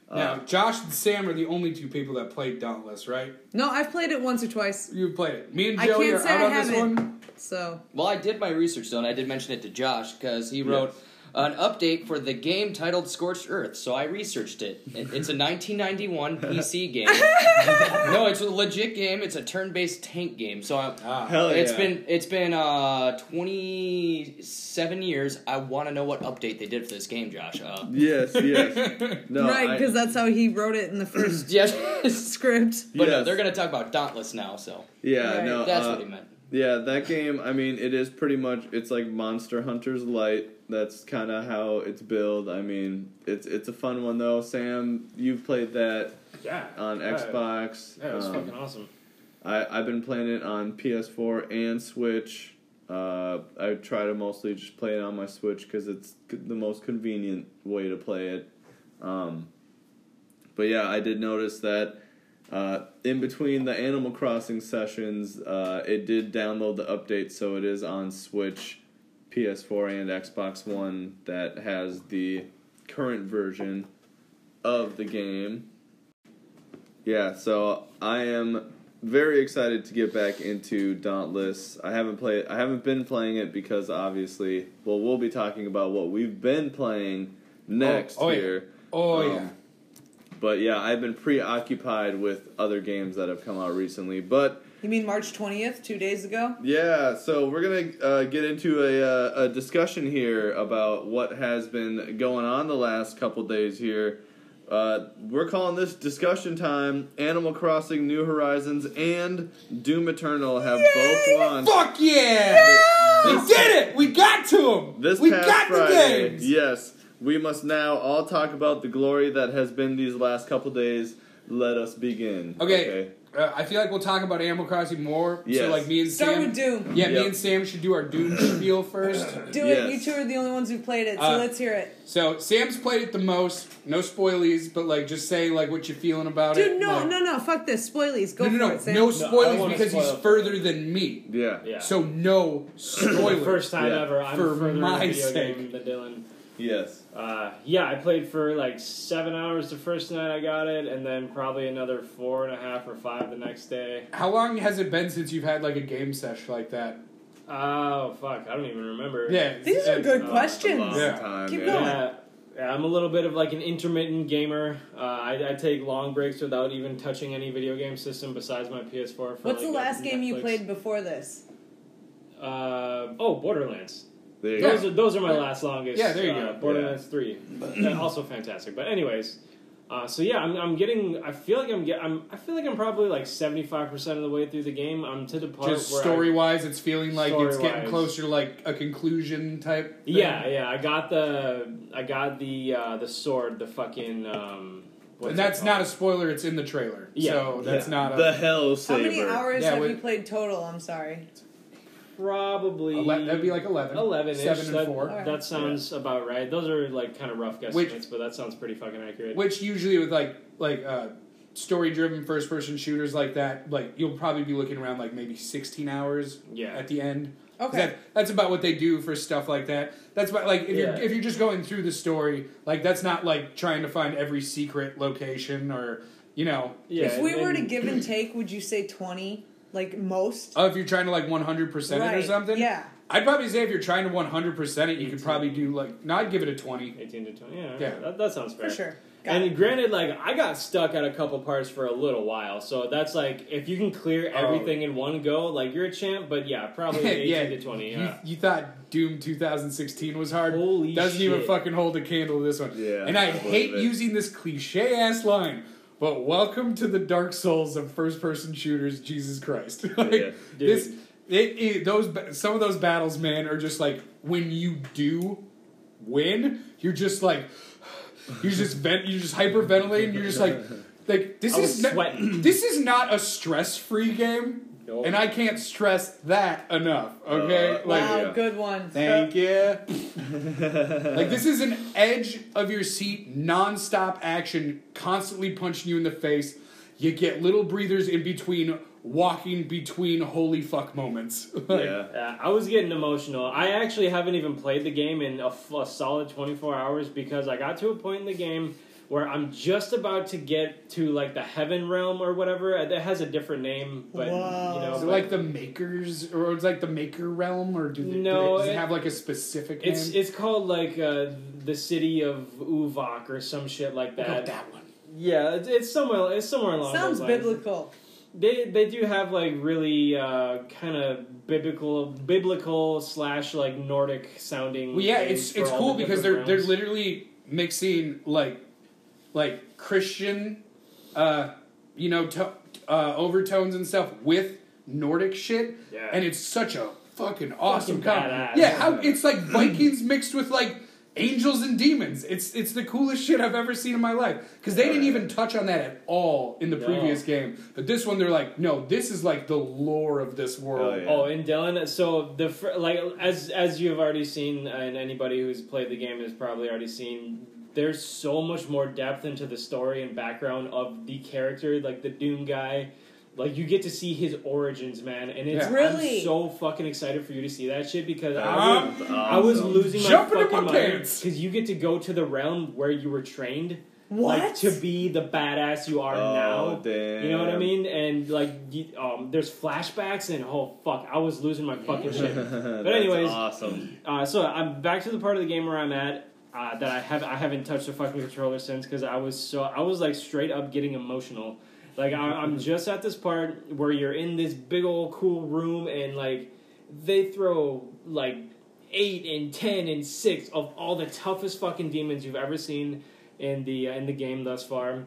S3: Uh,
S4: now Josh and Sam are the only two people that played Dauntless, right?
S5: No, I've played it once or twice.
S4: You played it. Me and
S5: I
S4: Joey
S5: can't
S4: are
S5: say
S4: out
S5: I
S4: on this
S5: haven't.
S4: one.
S5: So
S6: Well, I did my research though, and I did mention it to Josh because he wrote an update for the game titled Scorched Earth. So I researched it. It- It's a 1991 PC game. no, it's a legit game. It's a turn-based tank game. So I,
S3: Hell yeah.
S6: it's been it's been uh, 27 years. I want to know what update they did for this game, Josh. Uh,
S3: Yes, yes. No,
S5: right,
S3: I-
S5: because that's how he wrote it in the first
S6: yes,
S5: script.
S6: but no,
S3: Yes.
S6: they're gonna talk about Dauntless now. So
S3: yeah,
S5: Right.
S3: no.
S6: that's
S3: uh,
S6: what he meant.
S3: Yeah, that game, I mean, it is pretty much it's like Monster Hunter's Light. That's kind of how it's built. I mean, it's it's a fun one though. Sam, you've played that
S7: Yeah.
S3: on
S7: Yeah.
S3: Xbox.
S7: Yeah, it was
S3: Um,
S7: fucking awesome.
S3: I I've been playing it on PS4 and Switch. Uh, I try to mostly just play it on my Switch because it's c- the most convenient way to play it. Um, but yeah, I did notice that uh, in between the Animal Crossing sessions, uh, it did download the update, so it is on Switch, PS4, and Xbox One that has the current version of the game. Yeah, so I am very excited to get back into Dauntless. I haven't played I haven't been playing it because obviously, well, we'll be talking about what we've been playing next
S4: oh yeah.
S3: here.
S4: Oh
S3: Um,
S4: yeah.
S3: But yeah, I've been preoccupied with other games that have come out recently. But
S5: You mean March twentieth, two days ago?
S3: yeah, so we're gonna uh, get into a, uh, a discussion here about what has been going on the last couple days here. Uh, we're calling this discussion time. Animal Crossing: New Horizons and Doom Eternal have both won.
S4: Fuck yeah! We did it! We got to them!
S3: This
S4: we
S3: past
S4: got
S3: Friday,
S4: the games!
S3: yes, we must now all talk about the glory that has been these last couple days. Let us begin.
S4: Okay. Uh, I feel like we'll talk about Animal Crossing more.
S3: Yes.
S4: So like me and
S5: Start
S4: Sam.
S5: with Doom.
S4: Yeah,
S3: Yep.
S4: me and Sam should do our Doom spiel first.
S5: Do it. You
S3: Yes.
S5: two are the only ones who played it, so
S4: Uh,
S5: let's hear it.
S4: So Sam's played it the most. No spoilies, but like just say like what you're feeling about it.
S5: Dude, no,
S4: like-
S5: no, no, fuck this. Spoilies. Go
S4: no, no,
S5: for
S4: no,
S5: it, Sam.
S4: no
S7: No, I
S4: spoilies
S7: wanna
S4: because
S7: spoil
S4: he's
S7: it.
S4: further than me.
S3: Yeah.
S7: Yeah.
S4: So no
S7: For
S4: spoilers.
S7: the first time
S3: Yeah.
S7: ever, I'm
S4: For
S7: further in
S4: my
S7: a video
S4: sake.
S7: game than Dylan.
S3: Yes.
S7: Uh, yeah, I played for like seven hours the first night I got it, and then probably another four and a half or five the next day.
S4: How long has it been since you've had like a game sesh like that?
S7: Oh fuck, I don't even remember.
S4: Yeah.
S5: These
S4: uh,
S5: are good
S7: uh,
S3: A
S5: questions.
S3: long
S4: Yeah.
S3: time,
S5: Keep
S3: yeah.
S5: going.
S7: Yeah, yeah, I'm a little bit of like an intermittent gamer. Uh, I, I take long breaks without even touching any video game system besides my PS4. For
S5: What's
S7: like,
S5: the last game you
S7: Netflix.
S5: played before this?
S7: Uh, oh, Borderlands.
S3: There you
S7: Those
S3: go.
S7: are those are my last longest.
S4: Yeah, there you
S7: uh,
S4: go.
S7: Borderlands three, Uh, also fantastic. But anyways, uh, so yeah, I'm, I'm getting. I feel like I'm get. I'm. I feel like I'm probably like seventy five percent of the way through the game. I'm to the part
S4: Just
S7: where I-
S4: story wise, it's feeling like it's getting
S7: Story-wise.
S4: closer to like a conclusion type. thing.
S7: yeah, yeah. I got the. I got the uh, the sword. The fucking. Um,
S4: And
S7: what's it
S4: that's
S7: called?
S4: not a spoiler, it's in the trailer.
S7: Yeah.
S4: So that's
S3: Yeah.
S4: not a
S3: the hell
S5: How
S3: saber.
S5: many hours
S4: Yeah,
S5: have
S4: we-
S5: you played total? I'm sorry.
S7: probably
S4: Ele- that'd be like 11.
S7: 11 -ish.
S4: 7 and
S7: That-
S4: 4.
S5: Alright.
S7: That sounds about right. Those are like kind of rough guesstimates,
S4: Which-
S7: but that sounds pretty fucking accurate.
S4: Which usually with like like uh, story driven first person shooters like that, like you'll probably be looking around like maybe 16 hours
S7: Yeah.
S4: at the end. 'Cause
S5: Okay.
S4: That, that's about what they do for stuff like that. That's about like if you're
S7: Yeah.
S4: if you're just going through the story, like that's not like trying to find every secret location or you know.
S7: yeah,
S5: if we
S7: and-
S5: were to
S7: and-
S5: give and take, would you say 20? Like most?
S4: Oh, if you're trying to like 100 percent it or
S5: Right,
S4: something.
S5: yeah.
S4: I'd probably say if you're trying to 100 percent it, you
S7: Mm-hmm.
S4: could probably do like no, I'd give it a 20.
S7: 18 to 20, yeah,
S4: Yeah.
S7: That, that sounds fair.
S5: For sure. Got
S7: And
S5: it.
S7: granted, like I got stuck at a couple parts for a little while, so that's like if you can clear
S4: Oh.
S7: everything in one go, like you're a champ. But yeah, probably eighteen
S4: yeah,
S7: to twenty.
S4: You-
S7: Yeah.
S4: You, thought Doom 2016 was hard.
S7: Holy
S4: Doesn't even
S7: shit.
S4: fucking hold a candle to this one.
S3: Yeah,
S4: and I
S3: I believe
S4: hate
S3: it.
S4: using this cliche ass line, but welcome to the dark souls of first person shooters. Jesus Christ, like
S3: Yeah.
S4: this,
S7: Dude.
S4: it, it- those ba- some of those battles, man, are just like when you do win, you're just like you're just vent, you're just hyperventilating. You're just like. Like this
S7: I was
S4: is no-
S7: sweating.
S4: this is not a stress free game,
S7: Nope.
S4: and I can't stress that enough. Okay,
S3: Uh,
S4: like
S5: wow,
S3: yeah.
S5: good one.
S4: Thank you. like this is an edge of your seat, nonstop action, constantly punching you in the face. You get little breathers in between walking between holy fuck moments. Like,
S3: Yeah.
S7: Uh, I was getting emotional. I actually haven't even played the game in a, f- a solid 24 hours because I got to a point in the game where I'm just about to get to like the heaven realm or whatever. It has a different name, but you know,
S4: Is it
S7: but-
S4: like the makers, or it's like the maker realm, or do they,
S7: No,
S4: do they, does it,
S7: it-
S4: have like a specific?
S7: It's
S4: name?
S7: it's called like uh, the city of Uvok or some shit like
S4: Look
S7: that.
S4: up that one.
S7: Yeah, it's, it's somewhere it's somewhere along
S5: Sounds
S7: those lines.
S5: biblical.
S7: They they do have like really uh, kind of biblical biblical slash like Nordic sounding.
S4: Well, yeah,
S7: names
S4: it's
S7: for
S4: it's
S7: all
S4: cool
S7: the
S4: because they're
S7: different
S4: they're
S7: realms.
S4: literally mixing like like Christian, uh, you know, to, uh, overtones and stuff with Nordic shit,
S7: Yeah.
S4: and it's such a fucking awesome
S7: Fucking
S4: combo.
S7: badass.
S4: Yeah, how, it's like Vikings mixed with like angels and demons. It's it's the coolest shit I've ever seen in my life because they didn't even touch on that at all in the
S7: No.
S4: previous game. But this one, they're like, no, this is like the lore of this world.
S3: Oh, yeah.
S7: Oh, and Dylan. So the fir- like as as you've already seen, and anybody who's played the game has probably already seen. There's so much more depth into the story and background of the character, like the Doom guy. Like you get to see his origins, man, and it's
S4: Yeah.
S5: Really?
S7: I'm so fucking excited for you to see that shit because
S4: Uh-huh.
S7: I
S3: That
S7: was,
S3: sounds
S7: Uh, I was
S3: awesome.
S7: losing my
S4: Jumping in
S7: fucking
S4: my
S7: mind
S4: pants.
S7: because you get to go to the realm where you were trained, like
S5: What?
S7: to be the badass you are
S3: Oh,
S7: now.
S3: damn.
S7: You know what I mean? And like, you, um, there's flashbacks and oh fuck, I was losing my fucking shit.
S3: but
S7: anyways-
S3: awesome.
S7: Uh, so I'm back to the part of the game where I'm at uh, that I have I haven't touched the fucking controller since because I was so I was like straight up getting emotional. Like I, I'm just at this part where you're in this big old cool room and like they throw like eight and ten and six of all the toughest fucking demons you've ever seen in the uh, in the game thus far.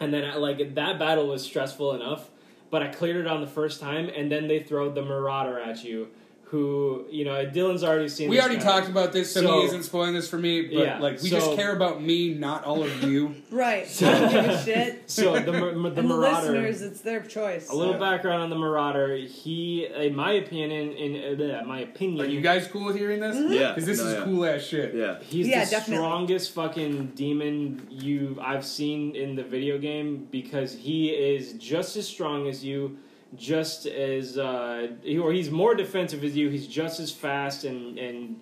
S7: And then I, like that battle was stressful enough, but I cleared it on the first time, and then they throw the Marauder at you, who you know Dylan's already seen.
S4: We
S7: this
S4: already
S7: guy.
S4: talked about this, so,
S7: So-
S4: he isn't spoiling this for me. But
S7: Yeah,
S4: like, we
S7: so-
S4: just care about me, not all of you.
S5: Right. I don't give a shit.
S7: So the Mar- Mar- the
S5: and the
S7: Marauder.
S5: listeners, it's their choice.
S7: a little background on the Marauder. He, in my opinion, in uh, my opinion,
S4: Are you guys cool with hearing this?
S7: Mm-hmm.
S3: Yeah,
S4: because this
S3: no,
S4: is
S3: yeah.
S4: cool ass shit.
S3: Yeah.
S7: He's
S5: Yeah,
S7: the
S5: definitely.
S7: strongest fucking demon you I've seen in the video game because he is just as strong as you, just as uh, he- or he's more defensive as you. He's just as fast and and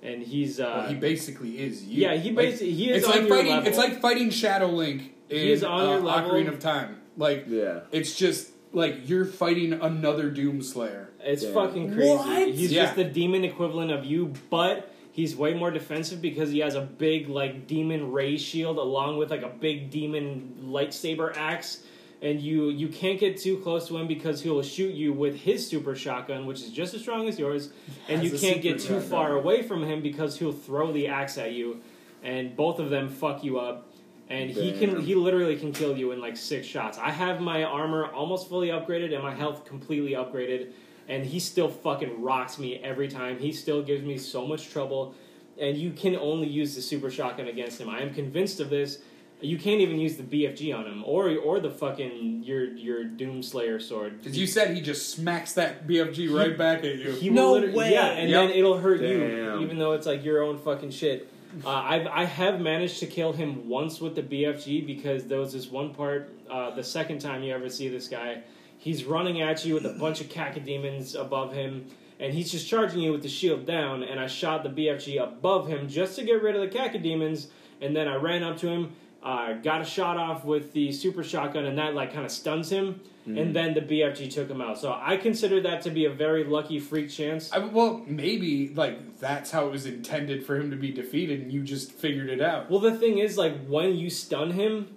S7: and he's uh,
S4: Well, he basically is you.
S7: yeah he
S4: Like,
S7: basically he is
S4: it's
S7: on
S4: like
S7: your
S4: fighting.
S7: level.
S4: It's like fighting Shadow Link in
S7: He is on
S4: uh,
S7: your level.
S4: Ocarina of Time. Like,
S3: Yeah.
S4: it's just like you're fighting another Doom Slayer.
S7: It's
S3: Yeah.
S7: fucking crazy.
S5: What?
S7: He's
S4: Yeah.
S7: just the demon equivalent of you, but he's way more defensive because he has a big like demon ray shield along with like a big demon lightsaber axe. And you you can't get too close to him because he'll shoot you with his super shotgun, which is just as strong as yours. And
S4: has
S7: you
S4: a
S7: can't get
S4: super
S7: too
S4: shotgun.
S7: far away from him because he'll throw the axe at you, and both of them fuck you up. And he can
S3: Damn.
S7: he literally can kill you in like six shots. I have my armor almost fully upgraded and my health completely upgraded and he still fucking rocks me every time. He still gives me so much trouble, and you can only use the super shotgun against him. I am convinced of this. You can't even use the BFG on him, or or the fucking your your Doom Slayer sword.
S4: Because you said he just smacks that BFG right back at you.
S7: He
S5: No
S7: will literally-
S5: way.
S7: Yeah, and
S4: Yep.
S7: then it'll hurt
S3: Damn.
S7: you, even though it's like your own fucking shit. Uh, I've I have managed to kill him once with the BFG because there was this one part. Uh, the second time you ever see this guy, he's running at you with a bunch of cacodemons above him, and he's just charging you with the shield down. And I shot the BFG above him just to get rid of the cacodemons, and then I ran up to him. Uh, got a shot off with the super shotgun, and that like kind of stuns him. And then the BFG took him out. So I consider that to be a very lucky freak chance.
S4: I, well, maybe like that's how it was intended for him to be defeated, and you just figured it out.
S7: Well, the thing is, like, when you stun him,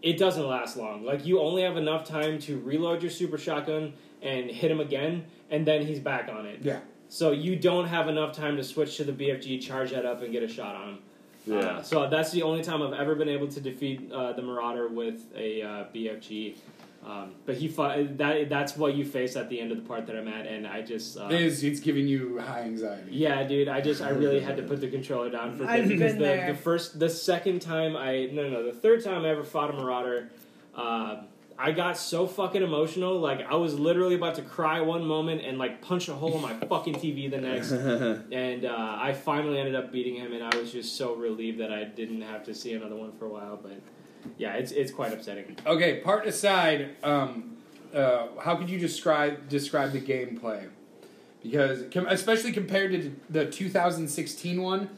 S7: it doesn't last long. Like, you only have enough time to reload your super shotgun and hit him again, and then he's back on it.
S4: Yeah.
S7: So you don't have enough time to switch to the BFG, charge that up, and get a shot on him.
S3: Yeah.
S7: Uh, so that's the only time I've ever been able to defeat uh, the Marauder with a uh, BFG. Um, but he fought, that that's what you face at the end of the part that I'm at, and I just uh,
S4: It is. It's giving you high anxiety.
S7: yeah, dude, I just I really had to put the controller down for a bit
S5: I've
S7: because
S5: been
S7: the,
S5: there.
S7: the first the second time I no no the third time I ever fought a marauder, uh, I got so fucking emotional like I was literally about to cry one moment and like punch a hole in my fucking TV the next, and uh, I finally ended up beating him and I was just so relieved that I didn't have to see another one for a while. But yeah, it's it's quite upsetting.
S4: Okay, part aside, um, uh, how could you describe describe the gameplay? Because com- especially compared to the 2016 one,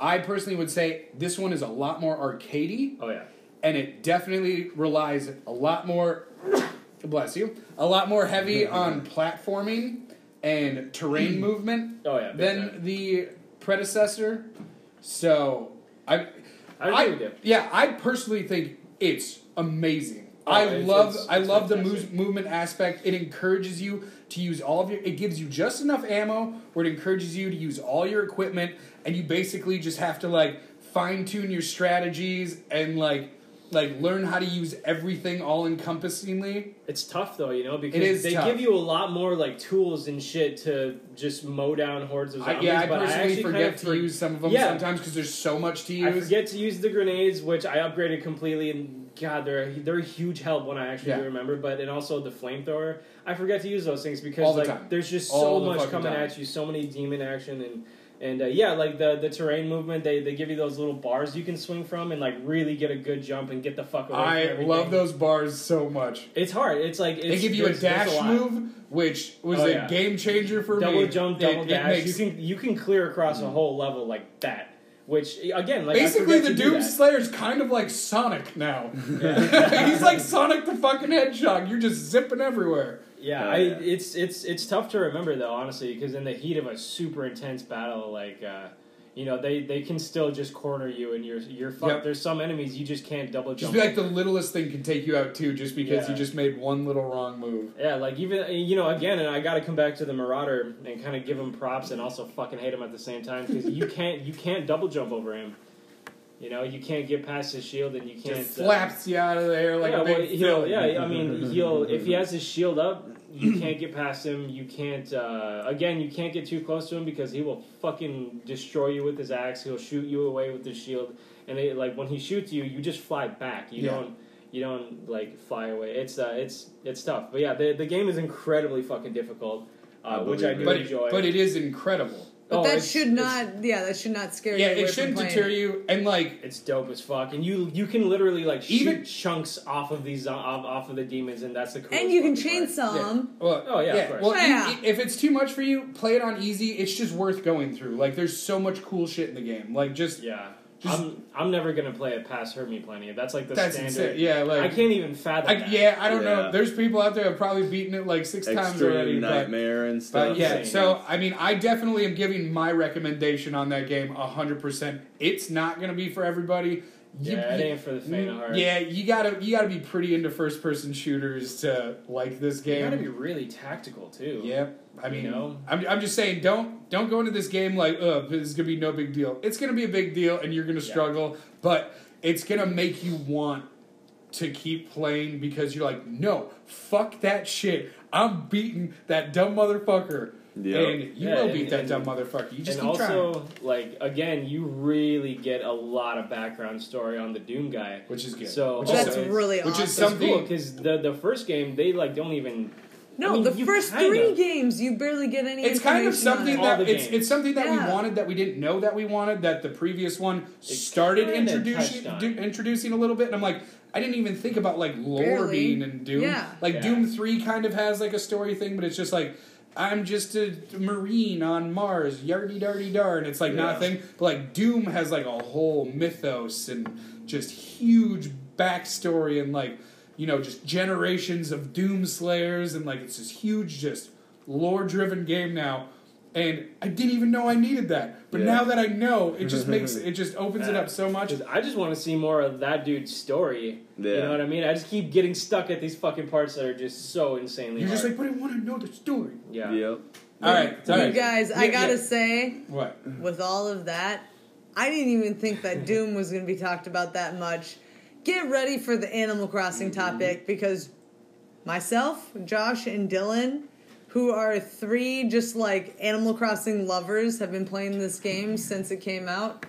S4: I personally would say this one is a lot more arcadey,
S7: Oh yeah.
S4: and it definitely relies a lot more. bless you. A lot more heavy on platforming and terrain movement
S7: Oh, yeah, big
S4: than
S7: time.
S4: the predecessor. So I,
S7: I agree with you.
S4: yeah, I personally think it's amazing.
S7: Oh,
S4: I
S7: it's-
S4: love
S7: it's-
S4: I
S7: it's
S4: love the
S7: fantastic.
S4: moves, movement aspect. It encourages you to use all of your. It gives you just enough ammo where it encourages you to use all your equipment, and you basically just have to like fine tune your strategies and like like learn how to use everything all encompassingly.
S7: It's tough though, you know, because
S4: is
S7: they
S4: tough.
S7: give you a lot more like tools and shit to just mow down hordes of
S4: I,
S7: zombies.
S4: yeah, I
S7: but I
S4: personally
S7: actually
S4: forget
S7: kind of
S4: to
S7: for-
S4: use some of them
S7: Yeah.
S4: sometimes because there's so much to
S7: I
S4: use.
S7: forget to use the grenades, which I upgraded completely, and God, they're they're a huge help when I actually
S4: Yeah.
S7: do remember. But and also the flamethrower, I forget to use those things because
S4: All the
S7: like
S4: time.
S7: there's just
S4: All the
S7: so much
S4: fucking
S7: coming
S4: time.
S7: at you, so many demon action and. And uh, yeah, like the, the terrain movement, they, they give you those little bars you can swing from and like really get a good jump and get the fuck away.
S4: I
S7: from everything.
S4: love those bars so much.
S7: It's hard. It's like it's,
S4: They give you a
S7: there's- there's
S4: dash
S7: lot.
S4: move, which was
S7: Oh,
S4: a
S7: yeah.
S4: game changer for
S7: double
S4: me.
S7: jump,
S4: It-
S7: double
S4: it
S7: dash.
S4: makes- Mm.
S7: you can you can clear across a whole level like that. Which again, like I
S4: basically,
S7: forget
S4: the
S7: to do
S4: Doom
S7: that.
S4: Slayer is kind of like Sonic now. He's like Sonic the fucking Hedgehog. You're just zipping everywhere.
S7: Yeah,
S3: Oh,
S7: I,
S3: yeah.
S7: it's it's it's tough to remember though, honestly, because in the heat of a super intense battle, like uh, you know, they, they can still just corner you and you're you're fucked.
S4: Yep.
S7: There's some enemies you just can't double
S4: Just
S7: jump.
S4: be like the littlest thing can take you out too, just because
S7: Yeah.
S4: you just made one little wrong move.
S7: yeah, like even you know again, and I got to come back to the Marauder and kind of give him props and also fucking hate him at the same time because you can't you can't double jump over him. You know, you can't get past his shield and you can't
S4: Just
S7: uh,
S4: flaps you out of there like
S7: yeah,
S4: a
S7: well,
S4: big
S7: he'll,
S4: film.
S7: yeah, I mean, he'll if he has his shield up, you can't get past him. You can't uh, again, you can't get too close to him because he will fucking destroy you with his axe. He'll shoot you away with his shield, and it, like when he shoots you, you just fly back. You
S4: Yeah.
S7: don't you don't like fly away. It's uh, it's it's tough, but yeah, the the game is incredibly fucking difficult,
S3: I
S7: uh, which
S3: believe
S7: I do
S3: it.
S4: But
S7: enjoy.
S4: it, but it is incredible.
S5: But
S7: Oh,
S5: that
S7: it's-
S5: should
S7: it's-
S5: not. Yeah, that should not scare
S4: Yeah,
S5: you. away
S4: it
S5: from
S4: shouldn't
S5: playing
S4: deter you. And like
S7: It's dope as fuck, and you you can literally like shoot
S4: Even-
S7: chunks off of these zo- off, off of the demons, and that's the coolest
S5: And you can
S7: fucking part.
S5: chainsaw
S4: Yeah.
S5: them.
S4: Well,
S7: Oh, yeah, of course.
S4: Well, you-
S5: Yeah.
S4: if it's too much for you, play it on easy. It's just worth going through. Like, there's so much cool shit in the game. Like, just
S7: Yeah.
S4: Just-
S7: I'm I'm never gonna play it past Hurt Me Plenty. That's like the
S4: that's insane.
S7: standard.
S4: Yeah,
S7: I
S4: like,
S7: can't even fathom.
S4: I,
S7: that.
S4: yeah, I don't know.
S3: Yeah.
S4: There's people out there have probably beaten it like six times already.
S3: Extreme
S4: but-
S3: nightmare
S7: uh,
S3: and stuff.
S4: But yeah,
S7: Insane.
S4: so I mean, I definitely am giving my recommendation on that game hundred percent. It's not gonna be for everybody. You,
S7: Yeah, it
S4: you-
S7: ain't for the faint of heart.
S4: Yeah, you gotta you gotta be pretty into first person shooters to like this
S7: You
S4: game.
S7: gotta be really tactical too.
S4: Yep. I mean,
S7: You know?
S4: I'm, I'm just saying, don't don't go into this game like, oh, this is gonna be no big deal. It's gonna be a big deal, and you're gonna struggle, but it's gonna make you want to keep playing because you're like, no, fuck that shit. I'm beating that dumb motherfucker,
S3: Yeah.
S4: and you
S7: Yeah,
S4: will
S7: and-
S4: beat that
S7: and-
S4: dumb motherfucker. You just
S7: and
S4: keep
S7: also,
S4: trying,
S7: like again, you really get a lot of background story on the Doom guy,
S4: which is good.
S7: So-
S4: which
S5: That's
S4: is,
S7: it's-
S5: really
S4: which
S5: awesome.
S4: is
S7: it's
S4: something.
S7: cool because the the first game they like don't even.
S5: no,
S7: I mean,
S5: the
S7: you
S5: first
S7: kinda-
S5: three games you barely get any.
S4: It's kind of
S5: information on
S4: something
S5: it.
S7: All
S4: that
S7: the
S4: it's,
S7: games.
S4: it's something that
S5: Yeah.
S4: we wanted that we didn't know that we wanted that the previous one started
S7: kinda
S4: introducing
S7: touched on.
S4: do, introducing a little bit, and I'm like, I didn't even think about like lore
S5: Barely.
S4: being in Doom.
S5: Yeah.
S4: Like
S7: Yeah.
S4: Doom Three kind of has like a story thing, but it's just like. I'm just a marine on Mars, yardy dardy dar, and it's like
S7: Yeah.
S4: nothing. But like Doom has like a whole mythos and just huge backstory and like you know just generations of Doom Slayers and like it's this huge just lore driven game now. And I didn't even know I needed that, but
S3: Yeah.
S4: now that I know, it just makes it just opens it
S7: Yeah.
S4: up so much.
S7: Because I just want to see more of that dude's story. You
S3: Yeah.
S7: know what I mean? I just keep getting stuck at these fucking parts that are just so insanely.
S4: You're just
S7: hard.
S4: like, but I want to know the story.
S7: yeah.
S3: Yep.
S4: All right, all
S5: You
S4: right.
S5: guys, I
S4: Yeah,
S5: gotta
S4: yeah.
S5: say,
S4: What?
S5: with all of that, I didn't even think that Doom was gonna be talked about that much. Get ready for the Animal Crossing topic because myself, Josh, and Dylan, who are three just like Animal Crossing lovers, have been playing this game since it came out.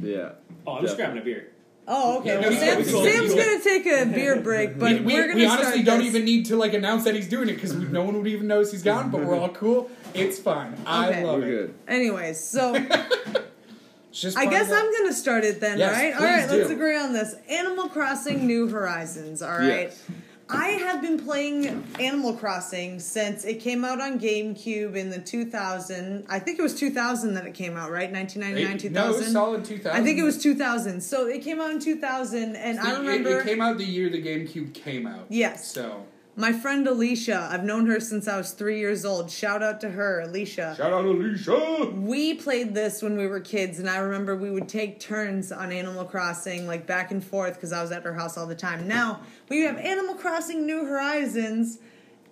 S3: Yeah.
S7: Oh, I'm
S3: Definitely.
S7: just grabbing a beer.
S5: Oh, okay.
S4: Yeah,
S5: Well,
S4: we-
S5: Sam,
S4: we-
S5: Sam's
S7: we-
S5: gonna take a beer break, but
S4: we,
S5: are gonna
S4: we honestly
S5: start
S4: don't
S5: this.
S4: even need to like announce that he's doing it because no one would even notice he's gone. But we're all cool. It's fine. I
S5: Okay.
S4: love
S3: We're
S4: it.
S3: good.
S5: Anyways, so
S4: It's just
S5: I
S4: part
S5: guess
S4: of
S5: I'm gonna start it then,
S4: Yes,
S5: right? All
S4: please
S5: right, let's
S4: do.
S5: agree on this. Animal Crossing New Horizons, all right?
S3: Yes.
S5: I have been playing Animal Crossing since it came out on GameCube in the 2000. I think it was 2000 that it came out, right? 1999,
S4: Eight-
S5: 2000.
S4: no, it was solid 2000.
S5: I think it was 2000. So it came out in 2000, and I
S4: It-
S5: remember.
S4: It, came out the year the GameCube came out.
S5: Yes.
S4: So
S5: My friend Alicia, I've known her since I was three years old. Shout out to her, Alicia.
S4: shout out Alicia.
S5: we played this when we were kids, and I remember we would take turns on Animal Crossing, like back and forth, because I was at her house all the time. Now we have Animal Crossing New Horizons,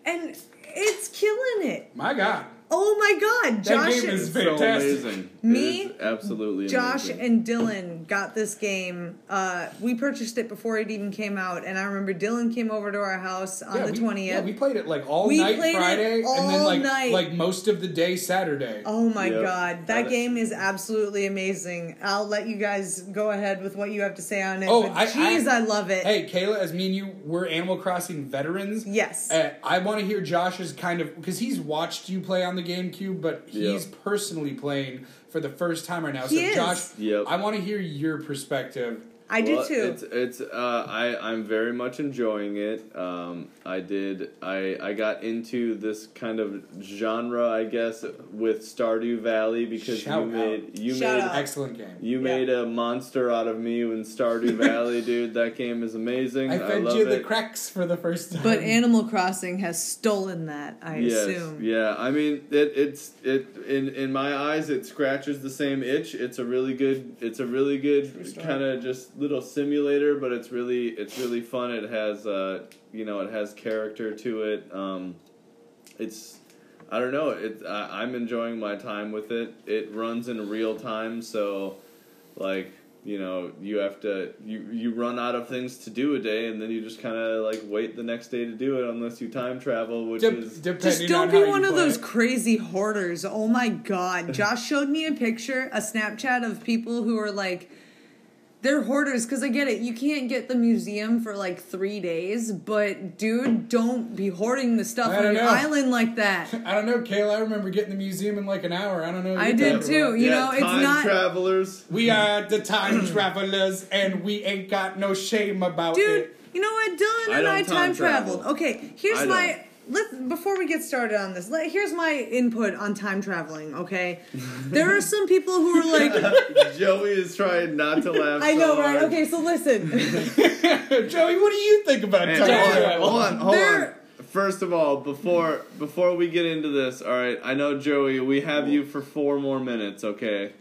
S5: and it's killing it.
S4: My God.
S5: Oh my God,
S4: That
S5: Josh,
S4: game is
S3: It's so
S4: Fantastic.
S3: amazing.
S5: Me,
S3: It is absolutely
S5: Josh,
S3: amazing.
S5: and Dylan got this game. Uh, we purchased it before it even came out, and I remember Dylan came over to our house on
S4: Yeah,
S5: the
S4: we-
S5: twentieth.
S4: Yeah, we played it like all
S5: We
S4: night
S5: played it
S4: Friday, and then
S5: all
S4: like
S5: night.
S4: like most of the day Saturday.
S5: Oh my
S3: Yep.
S5: god,
S3: That
S5: that
S3: is-
S5: game is absolutely amazing. I'll let you guys go ahead with what you have to say on it.
S4: Oh,
S5: but
S4: I-
S5: jeez,
S4: I-
S5: I, love it.
S4: Hey, Kayla, as me and you, we're Animal Crossing veterans.
S5: Yes.
S4: Uh, I want to hear Josh's kind of because he's watched you play on the GameCube, but
S3: Yep.
S4: he's personally playing for the first time right now.
S5: He
S4: so,
S5: is.
S4: Josh,
S3: Yep.
S4: I want to hear your perspective.
S5: I
S3: Well,
S5: do too.
S3: It's it's uh, I I'm very much enjoying it. Um, I did I I got into this kind of genre I guess with Stardew Valley because
S4: Shout
S3: you
S4: out.
S3: made you
S5: Shout
S3: made
S5: out.
S4: Excellent game.
S3: you
S5: Yeah.
S3: made a monster out of me when Stardew Valley, dude. That game is amazing. I,
S4: I fed
S3: love
S4: you
S3: it.
S4: the cracks for the first time.
S5: but Animal Crossing has stolen that, I
S3: Yes,
S5: assume.
S3: yeah. I mean, it it's it in in my eyes, it scratches the same itch. It's a really good, it's a really good kind of just little simulator, but it's really it's really fun. It has uh, you know, it has character to it. Um, it's I don't know. It I, I'm enjoying my time with it. It runs in real time, so like you know you have to you you run out of things to do a day and then you just kind of like wait the next day to do it unless you time travel which
S4: Dep-
S3: is
S4: depending
S5: Just
S4: on
S5: don't be
S4: how you
S5: one of
S4: play.
S5: those crazy hoarders. Oh my god. Josh showed me a picture, a Snapchat of people who are like they're hoarders cuz I get it. You can't get the museum for like 3 days, but dude, don't be hoarding the stuff
S4: I
S5: on
S4: don't
S5: your
S4: know.
S5: island like that.
S4: I don't know, Kayla. I remember getting the museum in like an hour. I don't know. what
S5: I
S4: you're
S5: did
S4: talking
S5: too.
S4: about.
S5: You
S3: Yeah,
S5: know, it's
S3: time
S5: not
S3: travelers.
S4: We are the time travelers, and we ain't got no shame about
S5: Dude,
S4: it.
S5: you know what? Dylan
S3: I
S5: and
S3: don't
S5: I
S3: time
S5: time traveled.
S3: travel.
S5: Okay, here's
S3: I
S5: my
S3: don't.
S5: let before we get started on this. Let, here's my input on time traveling, okay? there are some people who are like
S3: Joey is trying not to laugh.
S5: I
S3: so
S5: know, right?
S3: hard.
S5: Okay, so listen.
S4: Joey, what do you think about
S3: Man,
S4: time
S3: hold on,
S4: travel?
S3: hold on, hold
S5: There-
S3: on. First of all, before before we get into this, all right. I know Joey. We have you for four more minutes, okay?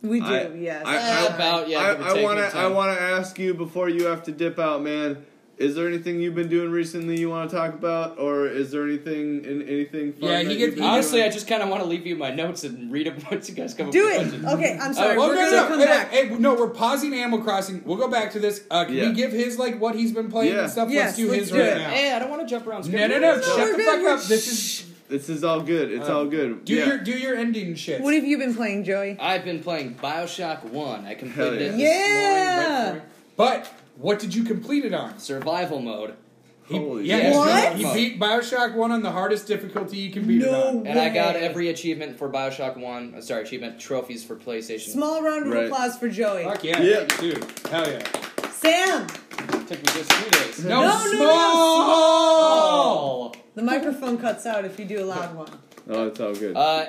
S5: we do,
S3: I-
S5: yes.
S3: I-
S6: Uh, about yeah. give or
S3: I
S6: take
S3: want
S6: your
S3: to I
S6: time.
S3: want to ask you before you have to dip out, man. Is there anything you've been doing recently you want to talk about, or is there anything in, anything? Fun
S4: Yeah, he
S3: that
S4: gets-
S3: you've been
S6: Honestly, I
S3: doing?
S6: just kind of want to leave you my notes and read them once you guys come. up
S5: do
S6: with
S5: it.
S6: questions.
S5: Okay, I'm sorry.
S6: Uh, well,
S5: We're
S6: no,
S5: going to
S6: no,
S5: come
S4: hey,
S5: back.
S4: Hey, no, we're pausing Animal Crossing. We'll go back to this. Uh, can
S3: Yeah.
S4: we give his like what he's been playing
S3: Yeah.
S4: and stuff?
S5: Yes,
S4: let's do
S5: let's
S4: his
S5: do
S4: right
S5: it.
S4: now.
S6: Hey, I don't want to jump around. It's
S4: No,
S6: good.
S4: no, no!
S5: No,
S4: shut
S5: we're
S4: the
S5: good,
S4: fuck
S5: we're-
S4: up. This is
S3: this is all good. It's
S6: Uh,
S3: all good.
S4: do
S3: yeah.
S4: your do your ending shit.
S5: What have you been playing, Joey?
S6: I've been playing Bioshock One. I completed
S3: Hell
S6: it. This
S5: yeah.
S6: morning, right
S5: Yeah.
S6: before-
S4: But what did you complete it on?
S6: survival mode,
S4: He,
S3: Holy
S4: yeah,
S6: shit.
S5: What?
S4: He beat Bioshock One on the hardest difficulty you can beat it
S5: No.
S4: on.
S6: and I got
S5: Yay.
S6: every achievement for Bioshock One. uh, Sorry, achievement trophies for PlayStation.
S5: Small round of
S3: Right.
S5: applause for Joey.
S4: Fuck yeah,
S3: Yeah.
S4: dude! Hell yeah!
S5: Sam,
S6: Took me just two days.
S4: No,
S5: No, no, no,
S4: small.
S5: the microphone cuts out if you do a loud one.
S3: oh, it's all good.
S6: Uh,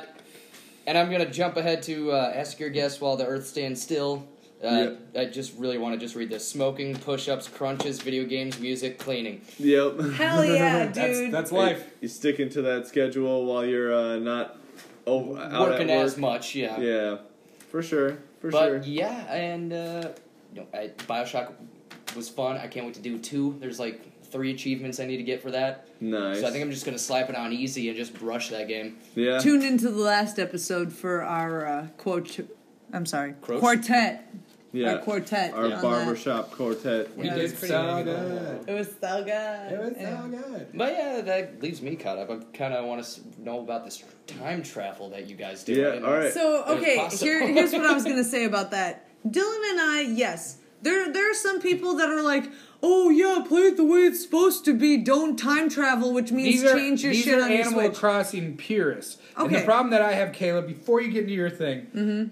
S6: and I'm gonna jump ahead to uh, ask your guess while the Earth stands still. Uh, I just really want to just read this: smoking, push-ups, crunches, video games, music, cleaning.
S3: yep.
S5: Hell yeah, dude.
S4: That's that's
S3: Hey,
S4: life.
S3: You sticking to that schedule while you're uh, not oh out
S6: Working
S3: at work.
S6: as much, yeah.
S3: Yeah, for sure, for
S6: but
S3: sure.
S6: yeah, and uh, you know, I, Bioshock was fun. I can't wait to do two. There's like three achievements I need to get for that.
S3: Nice.
S6: So I think I'm just gonna slap it on easy and just brush that game.
S3: yeah.
S5: Tune into the last episode for our uh, quote. I'm sorry,
S6: Croach?
S5: quartet.
S3: yeah.
S5: Our quartet.
S3: Our
S5: on that.
S3: barbershop quartet.
S5: Yeah,
S4: we
S5: it was
S4: did
S5: pretty
S4: so
S5: good.
S4: good.
S5: It was so good.
S4: It was
S5: Yeah.
S4: so good.
S6: But yeah, that leaves me caught up. I kind of want to know about this time travel that you guys do. I
S3: Yeah,
S6: didn't
S3: all
S6: know.
S3: right.
S5: So
S6: It was
S5: okay,
S6: possible.
S5: here, here's what I was gonna say about that. Dylan and I, yes, there there are some people that are like, oh yeah, play it the way it's supposed to be. Don't time travel, which means
S4: These are,
S5: change your
S4: these
S5: shit
S4: are
S5: on your
S4: Animal
S5: Switch.
S4: Crossing purists. And the
S5: Okay. Mm-hmm.
S4: problem that I have, Caleb, before you get into your thing,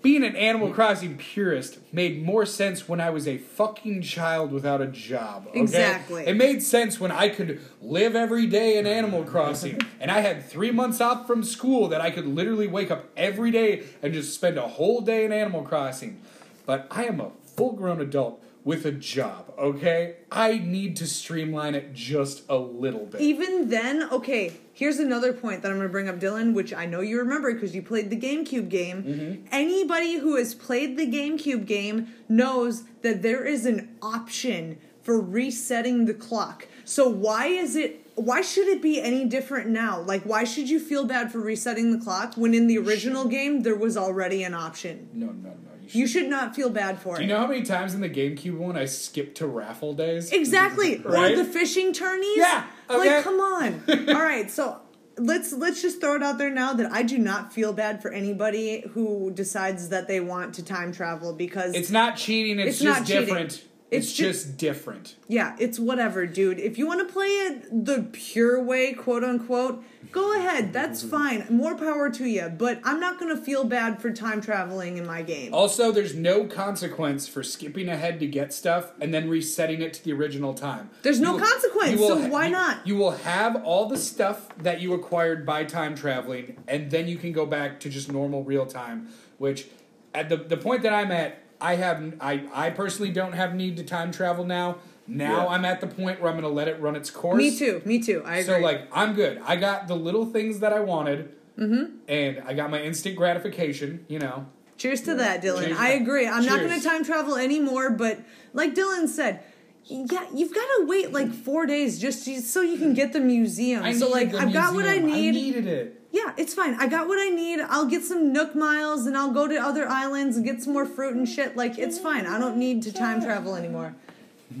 S4: being an Animal Crossing purist made more sense when I was a fucking child without a job. okay?
S5: Exactly.
S4: It made sense when I could live every day in Animal Crossing and I had three months off from school that I could literally wake up every day and just spend a whole day in Animal Crossing. But I am a full grown adult with a job, okay? I need to streamline it just a little bit.
S5: Even then, okay, here's another point that I'm going to bring up, Dylan, which I know you remember because you played the GameCube game.
S4: Mm-hmm.
S5: Anybody who has played the GameCube game knows that there is an option for resetting the clock. So why is it why should it be any different now? Like why should you feel bad for resetting the clock when in the original game there was already an option?
S4: no, no, no. You should.
S5: You should not feel bad for
S4: Do
S5: it.
S4: you know how many times in the GameCube one I skipped to raffle days?
S5: Exactly.
S4: Right?
S5: Or the fishing tourneys.
S4: Yeah, okay.
S5: Like, come on. All right, so let's let's just throw it out there now that I do not feel bad for anybody who decides that they want to time travel because
S4: It's not cheating. It's,
S5: It's
S4: just
S5: not cheating.
S4: different. It's,
S5: It's ju-
S4: just different.
S5: yeah, it's whatever, dude. If you want to play it the pure way, quote unquote, go ahead. That's fine. More power to you. But I'm not gonna feel bad for time traveling in my game.
S4: Also, there's no consequence for skipping ahead to get stuff and then resetting it to the original time.
S5: There's no
S4: You
S5: consequence,
S4: you
S5: so why
S4: you-
S5: not?
S4: You will have all the stuff that you acquired by time traveling, and then you can go back to just normal real time. Which, at the the point that I'm at, I have I I personally don't have need to time travel now. Now
S3: Yeah.
S4: I'm at the point where I'm going to let it run its course.
S5: Me too. Me too. I agree.
S4: So like I'm good. I got the little things that I wanted,
S5: Mm-hmm.
S4: and I got my instant gratification. You know,
S5: Cheers to that, Dylan.
S4: Cheers.
S5: I agree. I'm not going
S4: Cheers.
S5: to time travel anymore, but like Dylan said, yeah, you've got to wait like four days just to, so you can get the museum. so
S4: needed
S5: like,
S4: the
S5: I've got what I
S4: museum.
S5: need.
S4: I needed it.
S5: yeah, it's fine. I got what I need. I'll get some Nook miles and I'll go to other islands and get some more fruit and shit. Like, it's fine. I don't need to time travel anymore.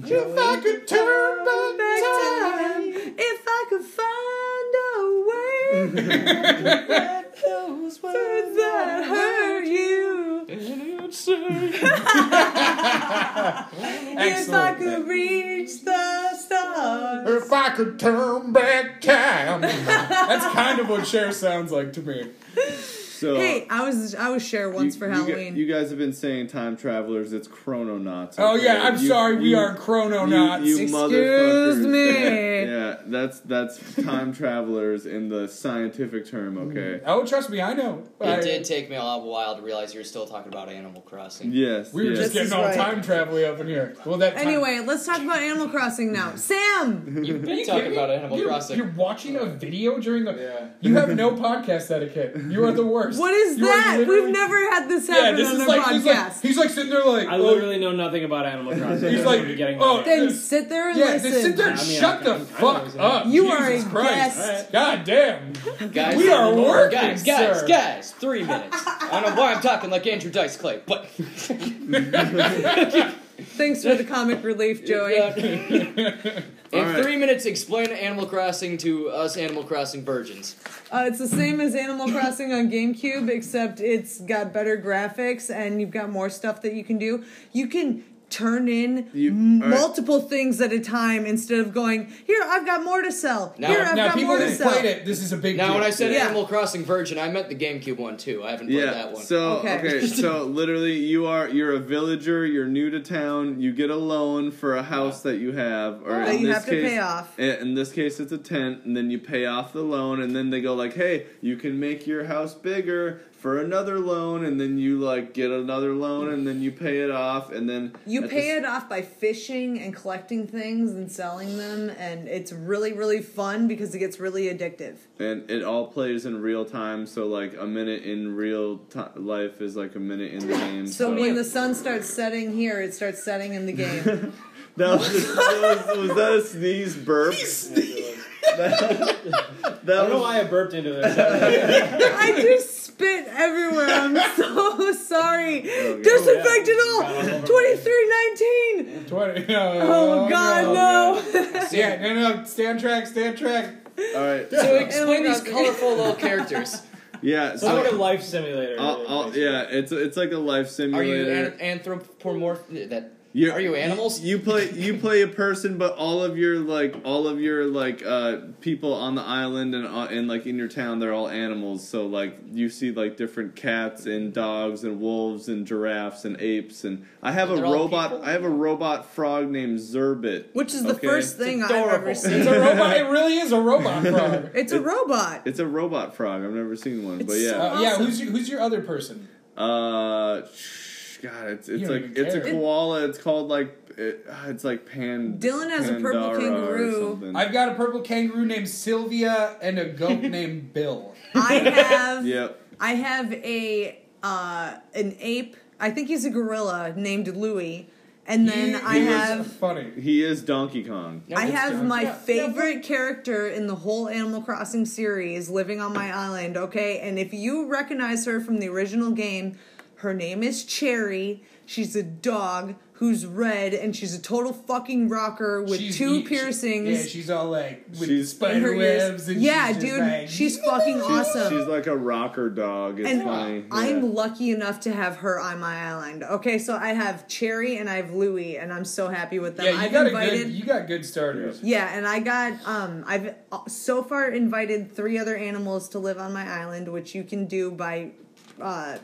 S4: If I could turn
S5: Back
S4: back time.
S5: time, if I could find a way that hurt you. If I
S4: Excellent.
S5: could reach the stars.
S4: If I could turn back time. That's kind of what Cher sounds like to me.
S3: So
S5: Hey, I was I was Cher once
S3: you-
S5: for
S3: you gu-
S5: Halloween.
S3: You, guys have been saying time travelers. It's chrononauts.
S4: Oh
S3: okay?
S4: yeah, I'm
S3: You-
S4: sorry. we
S3: you-
S4: are chrononauts.
S3: You, you
S5: Excuse
S3: motherfuckers.
S5: me.
S3: yeah, that's that's time travelers in the scientific term. Okay.
S4: oh, trust me, I know. I-
S6: It did take me a while to realize you were still talking about Animal Crossing.
S3: Yes.
S4: We were
S3: yes.
S4: just getting
S5: This is
S4: all
S5: right.
S4: time traveling up in here. Well, that time-
S5: anyway, let's talk about Animal Crossing now. Sam,
S6: You've
S4: Are
S6: been
S4: you
S6: talking
S4: kidding
S6: about
S4: me?
S6: Animal
S4: You're-
S6: Crossing.
S4: You're watching a video during the.
S7: Yeah.
S4: You have no podcast etiquette. You are the worst.
S5: what is
S4: You are
S5: that?
S4: literally-
S5: We've never had this
S4: Yeah,
S5: happen
S4: this
S5: on
S4: is
S5: our
S4: like he's, like
S5: podcast.
S4: he's like sitting there like.
S7: I
S4: oh,
S7: literally know nothing about Animal Crossing.
S4: He's
S7: I'm
S4: like,
S7: gonna be getting
S4: oh,
S7: that.
S5: then
S4: this-
S5: sit there and
S4: Yeah,
S5: listen.
S4: just sit there and
S7: I mean,
S4: shut
S7: I
S4: the
S7: can- I
S4: fuck
S7: can-
S4: up.
S5: You are
S4: Jesus
S5: a
S4: Christ.
S5: guest.
S4: God damn.
S6: Guys,
S4: We are working,
S6: guys, guys,
S4: sir.
S6: guys. Three minutes. I don't know why I'm talking like Andrew Dice Clay, but
S5: Thanks for the comic relief, Joey.
S6: in
S3: Alright.
S6: three minutes, explain Animal Crossing to us Animal Crossing virgins.
S5: Uh, it's the same as Animal Crossing on GameCube, except it's got better graphics and you've got more stuff that you can do. You can turn in
S3: You-
S5: m-
S3: all right.
S5: multiple things at a time instead of going here. I've got more to sell.
S6: Now-
S5: here I've
S4: Now,
S5: got
S4: people
S5: more to
S4: who
S5: sell.
S4: played it, this is a big
S6: Now,
S4: deal.
S6: when I said
S5: Yeah.
S6: Animal Crossing virgin, I meant the GameCube one too. I haven't played
S3: Yeah.
S6: that one.
S3: So okay.
S5: Okay.
S3: so literally, you are you're a villager. You're new to town. You get a loan for a house that you have, or
S5: That
S3: in
S5: you
S3: this
S5: have to
S3: case,
S5: pay off.
S3: In, in this case, it's a tent, and then you pay off the loan, and then they go like, "Hey, you can make your house bigger." For another loan, and then you like get another loan, and then you pay it off, and then
S5: You
S3: at
S5: pay
S3: the
S5: it off by fishing and collecting things and selling them, and it's really, really fun because it gets really addictive.
S3: and it all plays in real time so like a minute in real ti life is like a minute in the game
S5: So when the sun starts setting here, it starts setting in the game.
S3: that was, that was, was that a sneeze burp
S7: I
S3: that
S7: don't know
S3: was,
S7: why I burped into this.
S5: I just spit everywhere. I'm so sorry.
S3: yeah.
S5: Disinfected all. Twenty three nineteen.
S4: 20,
S5: Oh
S4: no.
S5: God, no.
S4: Yeah, no, no. Stand track, stand track.
S3: all right
S6: So
S3: so,
S6: explain these
S5: Crossing.
S6: colorful little characters.
S3: yeah
S7: It's like a
S3: so
S7: life simulator.
S3: I'll, I'll, yeah it's it's like a life
S6: Are you
S3: simulator
S6: an- anthropomorph? That
S3: You're,
S6: Are you animals?
S3: You play you play a person, but all of your like all of your like uh, people on the island and uh, and like in your town, they're all animals. So like you see like different cats and dogs and wolves and giraffes and apes and I have a
S6: They're all
S3: robot.
S6: people?
S3: I have a robot frog named Zerbit,
S5: Which is the
S3: okay?
S5: first thing I've ever
S6: adorable.
S5: seen.
S4: It's a robot. It really is a robot frog.
S5: It's a robot.
S3: It's a robot frog. I've never seen one, but
S5: It's
S3: yeah.
S4: Uh, yeah,
S5: Awesome.
S4: who's your, who's your other person?
S3: Uh, sh- God, it's it's
S4: don't
S3: like
S4: even
S3: it's a
S4: care.
S3: koala. It's called like it, ah, it's like pan.
S5: Dylan has a purple
S3: Pandara or
S5: kangaroo.
S3: something.
S4: I've got a purple kangaroo named Sylvia and a goat named Bill.
S5: I have
S3: Yep.
S5: I have a uh, an ape. I think he's a gorilla named Louie. And then I
S4: He was
S5: have
S4: funny.
S3: He is Donkey Kong.
S6: No,
S5: I
S6: it's
S5: have
S6: John.
S5: my
S4: Yeah, yeah,
S5: favorite character in the whole Animal Crossing series living on my island, okay? And if you recognize her from the original game, her name is Cherry. She's a dog who's red and she's a total fucking rocker with
S4: She's-
S5: two
S4: she-
S5: piercings.
S4: yeah, she's all like with
S3: She's-
S5: in her
S4: spider
S5: ears.
S4: webs and
S5: yeah,
S4: she's just
S5: dude,
S4: like,
S5: she's fucking awesome.
S3: She's like a rocker dog. It's
S5: and
S3: funny. Yeah.
S5: I'm lucky enough to have her on my island. Okay, so I have Cherry and I have Louie, and I'm so happy with them.
S4: yeah. You
S5: I've
S4: got
S5: invited.
S4: a good. You got good starters.
S5: Yeah, and I got um I've uh, so far invited 3 other animals to live on my island, which you can do by uh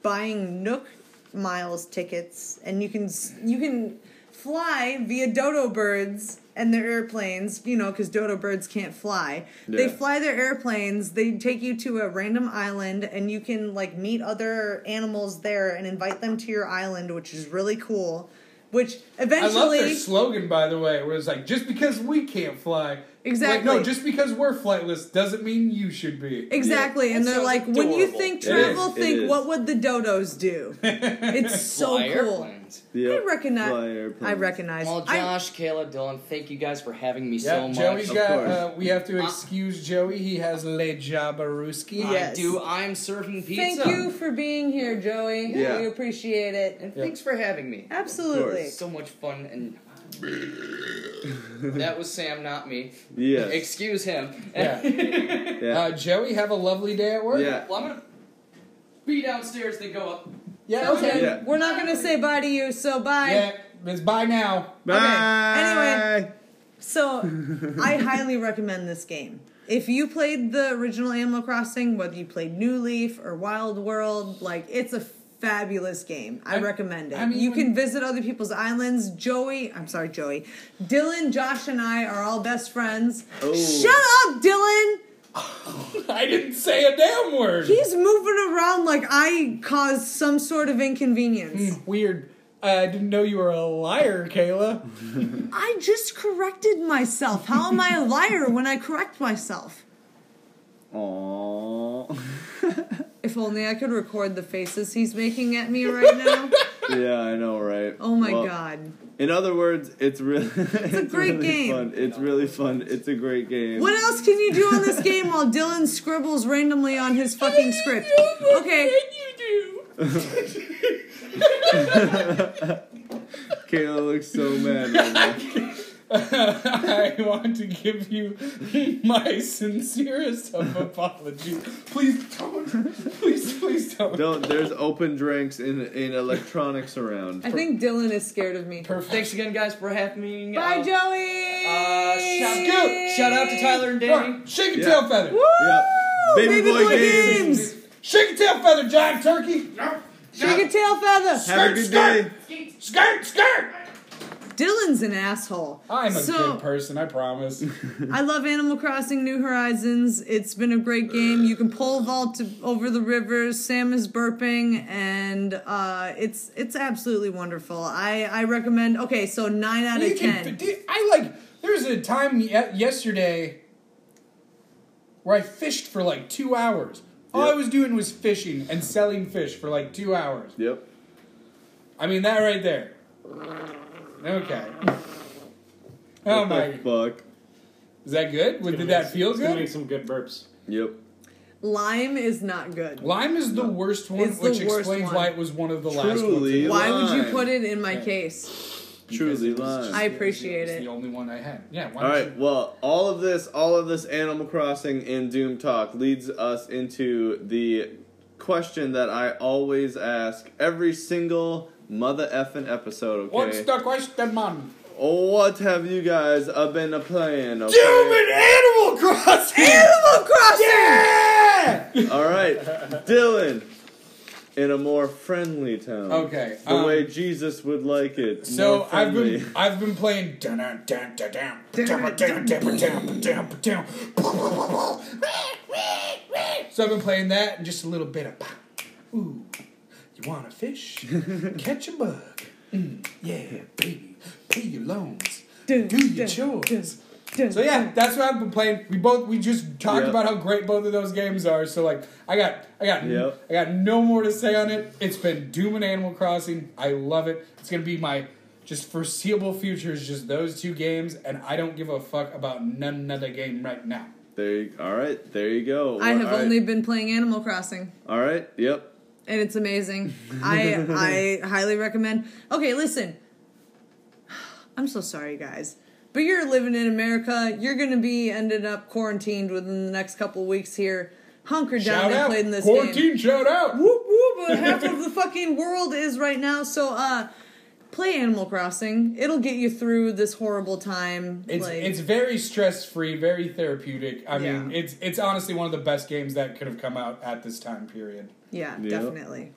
S5: buying Nook Miles tickets and you can s- you can fly via dodo birds and their airplanes, you know, cuz dodo birds can't fly. They
S3: Yeah.
S5: fly their airplanes, they take you to a random island and you can like meet other animals there and invite them to your island, which is really cool. Which
S4: I love
S5: eventually
S4: their slogan, by the way, where it's like, "Just because we can't fly, Like,
S5: Exactly.
S4: no, just because we're flightless doesn't mean you should be."
S5: Exactly, and
S6: That
S5: they're
S6: sounds
S5: like, when you
S6: adorable.
S5: think
S3: It
S5: travel,
S3: is, it
S5: think
S3: is.
S5: what would the dodos do? It's so
S6: Fly
S5: cool.
S6: airplanes.
S3: Yep.
S5: I recognize.
S3: Fly airplanes.
S5: I recognize.
S6: Well,
S5: I-
S6: Josh, Kayla, Dylan, thank you guys for having me so
S4: Yeah,
S6: much.
S4: Joey's
S3: Of
S4: got.
S3: course.
S4: Uh, we have to excuse Joey. He has le jabaruski.
S5: Yeah.
S6: I
S5: Yes.
S6: do. I'm serving pizza.
S5: thank you for being here, Joey.
S3: Yeah.
S5: We appreciate it.
S6: And thanks for having me.
S5: Absolutely.
S6: So much fun and. that was Sam, not me.
S3: Yes.
S6: Excuse him.
S4: Yeah.
S3: Yeah.
S4: Uh, Joey, have a lovely day at work.
S3: yeah.
S6: Well, I'm gonna be downstairs, then go up.
S4: Yeah.
S5: Okay,
S3: Yeah.
S5: we're not gonna say bye to you, so bye.
S4: Yeah. It's bye now.
S3: Bye.
S5: Anyway. So, I highly recommend this game. If you played the original Animal Crossing, whether you played New Leaf or Wild World, like it's a fabulous game. I,
S4: I-
S5: recommend it.
S4: I mean,
S5: you
S4: when-
S5: can visit other people's islands. Joey, I'm sorry, Joey, Dylan, Josh, and I are all best friends.
S3: Oh.
S5: Shut up, Dylan.
S4: I didn't say a damn word.
S5: He's moving around like I caused some sort of
S4: Hmm.
S5: inconvenience.
S4: Weird. I didn't know you were a liar, Kayla.
S5: I just corrected myself. How am I a liar when I correct myself?
S3: Aww.
S5: If only I could record the faces he's making at me right now.
S3: yeah, I know, right?
S5: Oh my
S3: Well,
S5: god.
S3: In other words, it's really. It's,
S5: a great
S3: really
S5: game.
S3: Fun. It's really fun. It's a great game.
S5: What else can you do on this game while Dylan scribbles randomly on his fucking script? Okay.
S3: Kayla looks so mad. Right now.
S4: I want to give you my sincerest of apology. Please don't. Please, please don't.
S3: Don't. There's open drinks in in electronics around.
S5: I think Dylan is scared of me.
S4: Perfect.
S6: Thanks again, guys, for having me.
S5: Bye,
S6: Uh,
S5: Joey!
S6: Uh, shout,
S4: Scoot!
S6: shout out to Tyler and Danny.
S4: Alright, shake a
S3: Yeah.
S4: tail feather.
S5: Woo!
S3: Yep. Baby, boy, games.
S5: games!
S4: Shake a tail feather, giant turkey.
S5: Shake a tail feather!
S3: Have a good day.
S4: Skirt, skirt.
S5: Dylan's an asshole.
S4: I'm a
S5: so,
S4: good person, I promise.
S5: I love Animal Crossing New Horizons. It's been a great game. You can pole vault to- over the rivers. Sam is burping, and uh, it's it's absolutely wonderful. I, I recommend. Okay, so nine out
S4: You
S5: of
S4: can-
S5: ten.
S4: dude, I like. There was a time ye- yesterday where I fished for like two hours. All I
S3: Yep.
S4: was doing was fishing and selling fish for like two hours.
S3: Yep.
S4: I mean that right there. Okay. Oh my!
S3: Fuck.
S4: Is that good? Did
S7: Gonna
S4: that
S7: make-
S4: feel
S7: it's gonna Make
S4: good?
S7: some good burps.
S3: Yep.
S5: Lime is not good.
S4: Lime is the worst one,
S5: It's the
S4: which
S5: worst
S4: explains
S5: one.
S4: why it was one of the last ones.
S3: Truly.
S5: Why would you
S3: lime.
S5: put it in my case?
S4: Because
S3: Truly
S4: it was
S3: lime.
S4: just-
S5: I appreciate
S4: was
S5: it.
S4: The only one I had. Yeah. Why
S3: All
S4: don't
S3: right. Well, all of this, all of this Animal Crossing and Doom talk leads us into the question that I always ask every single mother effing episode, okay?
S4: What's the question, man?
S3: What have you guys uh, been a playing? Okay?
S4: Animal Crossing!
S5: Animal Crossing!
S3: All right, Dylan. In a more friendly tone.
S4: Okay,
S3: The
S4: um,
S3: way Jesus would like it.
S4: So
S3: more
S4: I've
S3: friendly.
S4: been I've been playing. dun dun dun dun dun dun dun dun dun dun dun. So I've been playing that and just a little bit of. pop. Ooh, you want a fish? Catch a bug. Mm, yeah, baby, pay your loans, do
S5: Dun,
S4: your
S5: dun,
S4: chores.
S5: dun,
S4: So yeah, that's what I've been playing. We both we just talked
S3: Yep.
S4: about how great both of those games are. So like, I got I got
S3: Yep.
S4: I got no more to say on it. It's been Doom and Animal Crossing. I love it. It's gonna be my just foreseeable future is just those two games, and I don't give a fuck about none other game right now.
S3: There you, all right, there you go.
S5: I have
S3: All right,
S5: only been playing Animal Crossing.
S3: All right, yep.
S5: and it's amazing. I I highly recommend. Okay, listen. I'm so sorry, guys, but you're living in America. You're gonna be ended up quarantined within the next couple weeks here. Hunker down
S4: Shout
S5: and
S4: out,
S5: play in this game.
S4: quarantine shout out.
S5: Whoop whoop! uh, Half of the fucking world is right now. So uh, play Animal Crossing. It'll get you through this horrible time.
S4: It's
S5: like,
S4: it's very stress free, very therapeutic. I mean,
S5: Yeah.
S4: it's it's honestly one of the best games that could have come out at this time period.
S5: yeah,
S3: Yeah.
S5: definitely.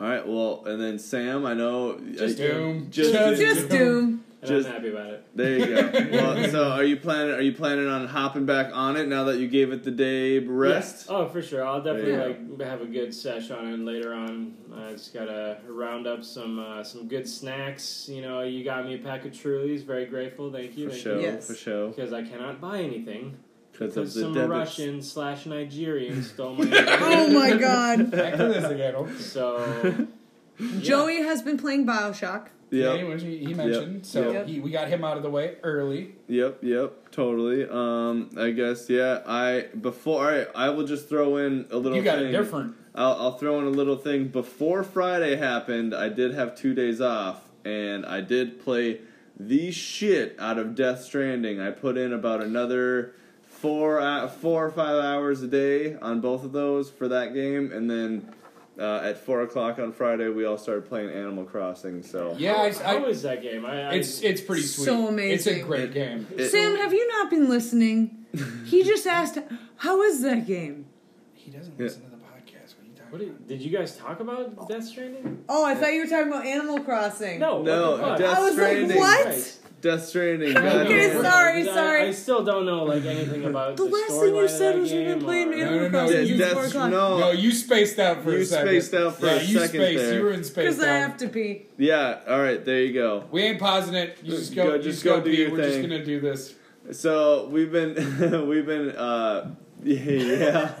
S3: All right, well, and then Sam, I know.
S4: Just Doom.
S3: Just,
S4: Just-
S3: Doom.
S5: Just Doom.
S7: And
S3: Just-
S7: I'm happy about it.
S3: There you go. Well, so are you planning? Are you planning on hopping back on it now that you gave it the day rest?
S7: Oh, for sure. I'll definitely
S3: Yeah.
S7: like have a good sesh on it later on. I just gotta round up some uh, some good snacks. You know, you got me a pack of Trulies. Very grateful. Thank you.
S3: For
S7: thank
S3: show,
S7: you.
S5: Yes.
S3: for show,
S7: Because I cannot buy anything.
S3: because of
S7: Because
S3: the
S7: some
S3: debits.
S7: Russian slash Nigerian stole my.
S5: Oh my God,
S4: Back to this again.
S7: so
S5: Joey has been playing Bioshock.
S4: Yeah, he,
S3: Yep,
S4: was- he mentioned. So
S5: Yep.
S4: he, we got him out of the way early.
S3: yep, yep. Totally. Um, I guess yeah. I before. All right, I will just throw in a little.
S4: You got
S3: thing.
S4: it different.
S3: I'll, I'll throw in a little thing. Before Friday happened, I did have two days off, and I did play the shit out of Death Stranding. I put in about another four uh, four or five hours a day on both of those for that game, and then uh, at four o'clock on Friday, we all started playing Animal Crossing. So
S4: Yeah,
S7: how,
S4: I,
S7: how
S4: I,
S7: is that game? I, I
S4: it's it's pretty sweet.
S5: So
S4: It's a
S5: amazing.
S4: great game.
S3: It-
S5: Sam, have you not been listening? He just asked, "How is that game?"
S4: He doesn't
S3: Yeah.
S4: listen to the podcast. What are you talking
S7: What do you- did you guys talk about Death Stranding?
S5: Oh, I thought you were talking about Animal Crossing.
S7: No,
S3: No,
S7: What the fuck?
S3: Death
S5: I was
S3: Stranding.
S5: like, "What?"
S7: Christ.
S3: Death Stranding.
S7: I don't
S5: Okay,
S7: know.
S3: goddamn.
S5: sorry,
S7: I-
S5: sorry.
S7: I still don't know like anything about
S5: The
S7: the,
S5: last thing
S7: storyline
S5: you
S7: of
S5: said
S7: that
S5: was we've been
S7: game
S5: playing
S7: or-
S5: Animal
S4: No, no, no,
S5: Crossing.
S4: you-
S5: since
S3: Death-
S5: four o'clock.
S3: no.
S4: No, you spaced out for
S3: Oh. You
S4: a second.
S3: spaced out for
S4: yeah,
S3: a
S4: you
S3: second
S4: spaced.
S3: there.
S4: You were in space.
S5: because I have to pee.
S3: Yeah. All right. There you go.
S4: We ain't pausing it. You just go.
S3: Go-
S4: you
S3: just
S4: just go.
S3: go do
S4: pee.
S3: your
S4: We're just
S3: thing.
S4: gonna do this.
S3: So we've been we've been uh yeah, yeah.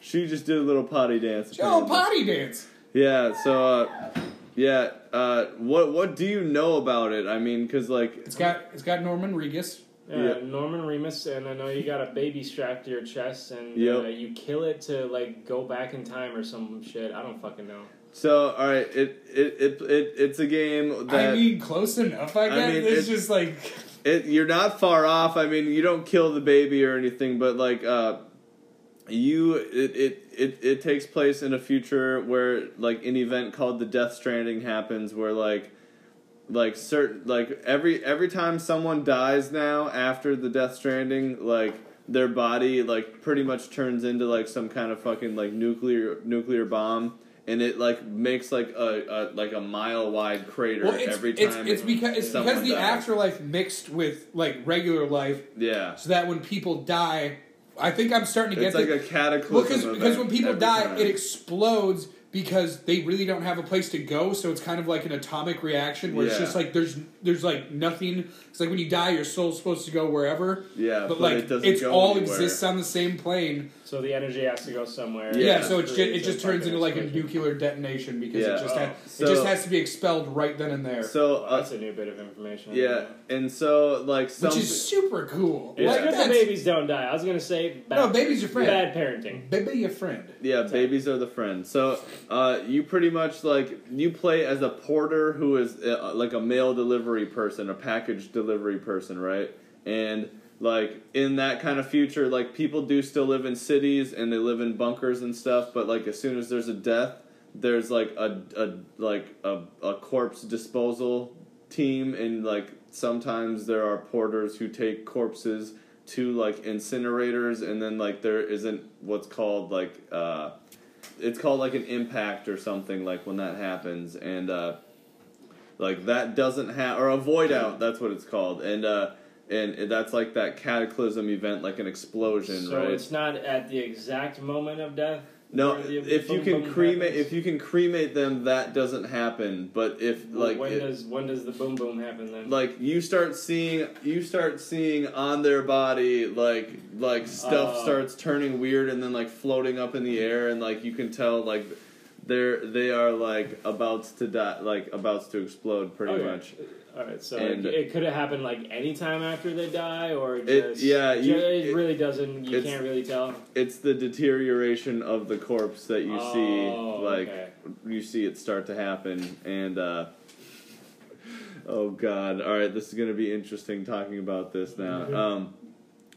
S3: She just did a little potty dance.
S4: Joe,
S3: apparently.
S4: potty dance.
S3: Yeah. So uh, yeah. Uh, what what do you know about it? I mean, cause like
S4: It's got it's got Norman Reedus.
S3: Yeah.
S7: Yeah, Norman Remus, and I know you got a baby strapped to your chest, and
S3: Yep.
S7: uh, you kill it to like go back in time or some shit. I don't fucking know.
S3: so all right. It it it, it it's a game that
S4: I mean, close enough. I guess
S3: mean,
S4: it's
S3: it's-
S4: just like
S3: it, you're not far off. I mean, you don't kill the baby or anything, but like uh, you it it. It, it takes place in a future where like an event called the Death Stranding happens, where like like certain like every every time someone dies now after the death stranding like their body like pretty much turns into like some kind of fucking like nuclear nuclear bomb and it like makes like a, a like a mile wide crater
S4: well, it's
S3: every
S4: it's,
S3: time
S4: it's because it's
S3: someone
S4: because the
S3: dies.
S4: afterlife mixed with like regular life,
S3: yeah
S4: so that when people die, I think I'm starting to get
S3: it's like
S4: the-
S3: a cataclysm
S4: Well, because
S3: event
S4: because when people
S3: every
S4: die,
S3: time.
S4: it explodes because they really don't have a place to go. So it's kind of like an atomic reaction where it's
S3: Yeah.
S4: just like there's there's like nothing. It's like when you die, your soul's supposed to go wherever.
S3: Yeah,
S4: but,
S3: but
S4: like
S3: it doesn't
S4: it's
S3: go
S4: all
S3: anywhere.
S4: exists on the same plane.
S7: So the energy has to go somewhere.
S4: Yeah,
S3: Yeah.
S4: so it just, it just turns into like a
S7: nuclear.
S4: nuclear detonation because
S3: Yeah.
S4: it just ha-
S3: Oh.
S4: it just
S3: So-
S4: has to be expelled right then and there,
S3: so uh,
S7: That's a new bit of information.
S3: yeah and so like some
S4: which is super cool.
S7: It's
S4: Like,
S7: good the
S4: that's-
S7: babies don't die. I was gonna say bad,
S4: No, babies are friends.
S7: bad parenting.
S4: Baby, your friend.
S3: Yeah, babies are the friends. So, uh, you pretty much like you play as a porter who is uh, like a mail delivery person, a package delivery person, right? And like in that kind of future, like people do still live in cities and they live in bunkers and stuff, but like as soon as there's a death, there's like a, a like a, a corpse disposal team and like sometimes there are porters who take corpses to like incinerators and then like there isn't what's called like uh it's called like an impact or something like when that happens and uh like that doesn't have or a void out that's what it's called and uh and that's like that cataclysm event like an explosion
S7: So
S3: right
S7: it's not at the exact moment of death.
S3: no,
S7: where the
S3: if you
S7: boom
S3: can
S7: boom
S3: cremate,
S7: happens?
S3: if you can cremate them, that doesn't happen. But if like
S7: when
S3: it-
S7: does when does the boom boom happen then?
S3: like you start seeing you start seeing on their body like like stuff
S7: Uh.
S3: starts turning weird and then like floating up in the air and like you can tell like they're they are like about to die like about to explode pretty
S7: Okay.
S3: much.
S7: All right, so
S3: And-
S7: it, it could have happened like any time after they die, or just
S3: It- yeah,
S7: ju-
S3: you-
S7: it,
S3: it-
S7: really doesn't. You
S3: it's-
S7: can't really tell.
S3: It's the deterioration of the corpse that you
S7: Oh,
S3: see like
S7: okay.
S3: you see it start to happen and uh oh god all right this is going to be interesting talking about this now um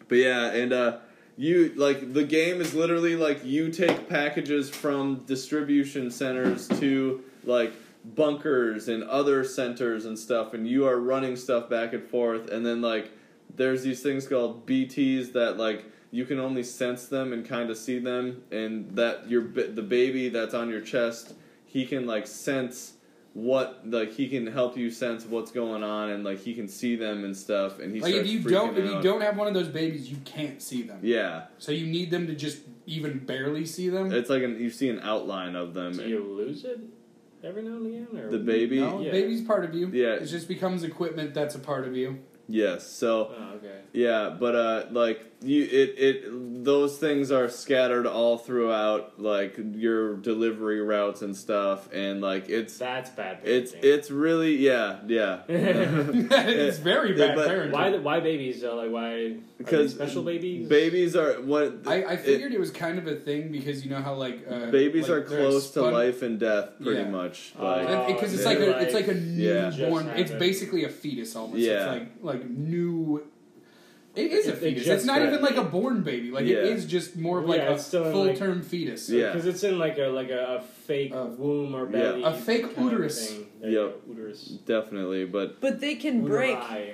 S3: but yeah and uh you like the game is literally like you take packages from distribution centers to like bunkers and other centers and stuff and you are running stuff back and forth and then like there's these things called BTs that like you can only sense them and kind of see them and that your ba- the baby that's on your chest he can like sense what like he can help you sense what's going on and like he can see them and stuff and he
S4: Like if
S3: starts
S4: you
S3: freaking
S4: don't, if you
S3: out.
S4: don't have one of those babies, you can't see them.
S3: yeah
S4: So you need them to just even barely see them.
S3: It's like an, you see an outline of them.
S7: Do you lose it every now and again? Or
S3: The baby,
S4: no,
S7: Yeah.
S4: baby's part of you.
S3: Yeah.
S4: it just becomes equipment that's a part of you.
S3: yes. So
S7: Oh, okay.
S3: yeah, but uh, like you, it, it, those things are scattered all throughout like your delivery routes and stuff, and like it's,
S7: That's bad.
S3: it's,
S7: parenting.
S3: it's really yeah, yeah.
S4: it's very
S3: Yeah,
S4: bad
S3: but-
S4: parenting.
S7: why the- why babies though? Like why are
S3: Because
S7: they special babies?
S3: Babies are what
S4: I, I
S3: it-
S4: figured it, was kind of a thing because you know how like uh,
S3: babies
S4: like,
S3: are
S4: they're
S3: close to
S4: spun-
S3: life and death, pretty
S4: Yeah.
S3: much.
S7: Oh,
S3: Like
S7: that-
S4: because it's
S3: yeah.
S4: like a it's like a
S3: Yeah.
S4: newborn.
S7: Just
S4: It's
S7: happened.
S4: basically a fetus almost.
S3: Yeah.
S4: It's like like new. It is a
S7: It- it
S4: fetus.
S7: just
S4: It's not
S7: got-
S4: even like a born baby. Like it
S3: Yeah.
S4: is just more of like
S7: Yeah,
S4: a
S7: it's still in,
S4: full
S7: like-
S4: term fetus.
S3: Yeah.
S7: Because it's in like a like a, a fake
S4: Uh,
S7: womb or
S3: yeah.
S7: belly.
S4: A fake
S7: kind of
S4: uterus.
S7: thing. There you
S3: Yep.
S7: go, Uterus.
S3: definitely, but
S5: But they can break.
S7: Uteri.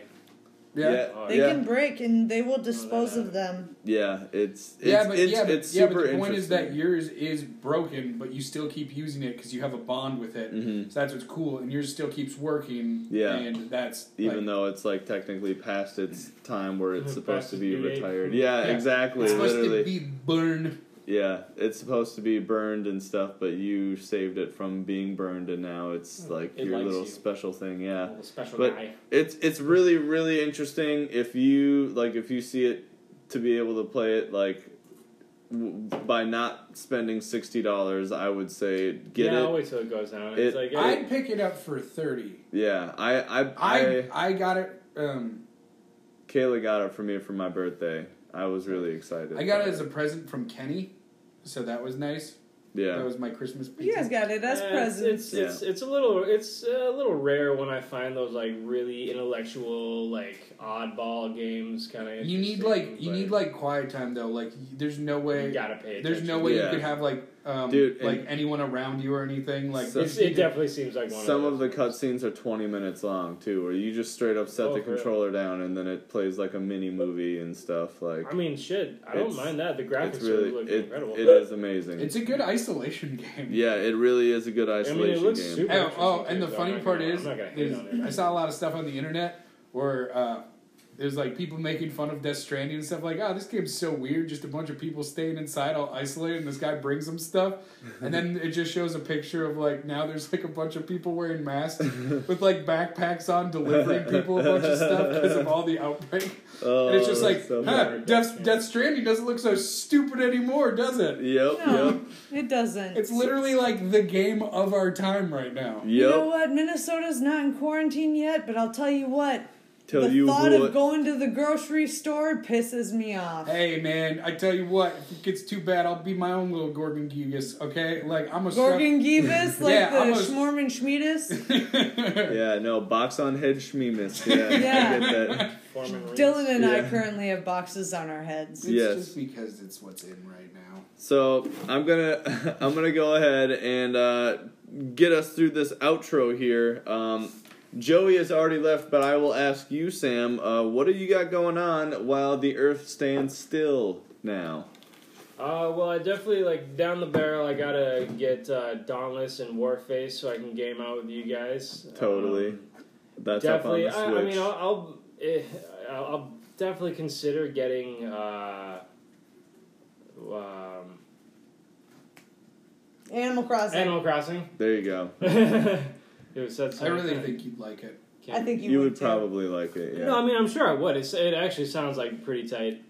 S4: Yeah.
S3: yeah,
S7: Oh,
S5: They
S3: yeah.
S5: can break and they will dispose of
S7: happened.
S5: them.
S3: Yeah, it's, it's
S4: yeah, but
S3: it's,
S4: yeah, but,
S3: it's
S4: yeah,
S3: super
S4: but the point is that
S3: interesting.
S4: yours is broken, but you still keep using it because you have a bond with it.
S3: Mhm.
S4: So that's what's cool, and yours still keeps working.
S3: Yeah.
S4: and that's
S3: even
S4: like,
S3: though it's like technically past its time where it's
S7: Past
S3: supposed to
S7: its
S3: be
S7: due date.
S3: retired. Yeah,
S4: Yeah.
S3: exactly.
S4: it's supposed
S3: literally.
S4: to be burned.
S3: yeah, it's supposed to be burned and stuff, but you saved it from being burned, and now it's like
S7: It
S3: your
S7: likes
S3: little
S7: you.
S3: special thing. Yeah,
S7: Little special
S3: But-
S7: guy.
S3: it's it's really really interesting if you like if you see it to be able to play it like. w- By not spending sixty dollars, I would say get
S7: yeah,
S3: it.
S7: I'll wait till it goes out.
S3: It-
S7: it's like
S4: I'd pick it up for thirty.
S3: Yeah, I, I,
S4: I
S3: I,
S4: I got it. Um,
S3: Kayla got it for me for my birthday. I was really excited.
S4: I got
S3: about
S4: it as a present from Kenny, so that was nice.
S3: yeah.
S4: That was my Christmas pizza.
S5: You guys got it as
S7: Yeah,
S5: presents.
S7: eh, It's it's, it's it's a little it's a little rare when I find those like really intellectual like oddball games kind of.
S4: You need like you need like quiet time though. Like y- there's no way
S7: you gotta pay.
S4: there's
S7: attention.
S4: no way
S3: Yeah.
S4: you could have like um
S3: Dude,
S4: like
S3: and-
S4: anyone around you or anything like
S3: So-
S7: It's, it definitely seems like one
S3: Some of
S7: of,
S3: the
S7: those.
S3: cutscenes are 20 minutes long too, where you just straight up set
S7: Oh,
S3: the
S7: for real?
S3: controller down and then it plays like a mini movie and stuff. Like
S7: I mean, shit. I don't
S3: It's-
S7: mind that. The
S3: it's
S7: graphics
S3: really
S7: look
S3: it,
S7: incredible.
S3: it is amazing.
S4: it's a good isolation game.
S3: yeah, it really is a good
S7: I
S3: isolation
S7: mean, it looks
S3: game.
S7: super.
S4: Oh, oh,
S7: interesting,
S4: and the
S7: so I'm
S4: funny
S7: not
S4: part
S7: gonna-
S4: is,
S7: I'm not gonna hate
S4: is
S7: on it.
S4: I saw a lot of stuff on the internet where uh, there's like people making fun of Death Stranding and stuff like, oh, this game's so weird, just a bunch of people staying inside all isolated, and this guy brings them stuff, and then it just shows a picture of like now there's like a bunch of people wearing masks with like backpacks on, delivering people a bunch of stuff because of all the outbreak,
S3: Oh,
S4: and it's just like,
S3: that's so
S4: huh,
S3: good.
S4: Death, Death Stranding doesn't look so stupid anymore, does it?
S3: Yep,
S5: no,
S3: yep,
S5: it doesn't.
S4: It's literally like the game of our time right now.
S5: You
S3: yep.
S5: know what? Minnesota's not in quarantine yet, but I'll tell you what.
S3: Tell
S5: the
S3: you
S5: thought
S3: what.
S5: of going to the grocery store pisses me off.
S4: Hey man, I tell you what, if it gets too bad, I'll be my own little Gorgon Gigas, okay? Like I'm a
S5: Gorgon Givas, like
S4: Yeah,
S5: the
S4: I'm a-
S5: Schmorman Schmiedes.
S3: yeah, no, box on head schmemus. Yeah,
S5: Yeah.
S3: I get that.
S7: platform. And
S5: Dylan and I
S3: Yeah.
S5: currently have boxes on our heads.
S4: It's
S3: Yes.
S4: just because it's what's in right now.
S3: So I'm gonna I'm gonna go ahead and uh, get us through this outro here. Um, Joey has already left, but I will ask you, Sam. Uh, what do you got going on while the Earth stands still now?
S7: Uh, well, I definitely like down the barrel. I gotta get uh, Dauntless and Warface so I can game out with you guys.
S3: Totally.
S7: Um,
S3: That's
S7: definitely.
S3: up
S7: I,
S3: on the
S7: I
S3: Switch.
S7: mean, I'll I'll, eh, I'll I'll definitely consider getting. Uh, um,
S5: Animal Crossing.
S7: Animal Crossing.
S3: there you go.
S7: it was said.
S4: I really
S7: something.
S4: think you'd like it.
S5: I think you,
S3: You, would
S5: too.
S3: probably like it. Yeah.
S7: No, I mean I'm sure I would. It's, it actually sounds like pretty tight.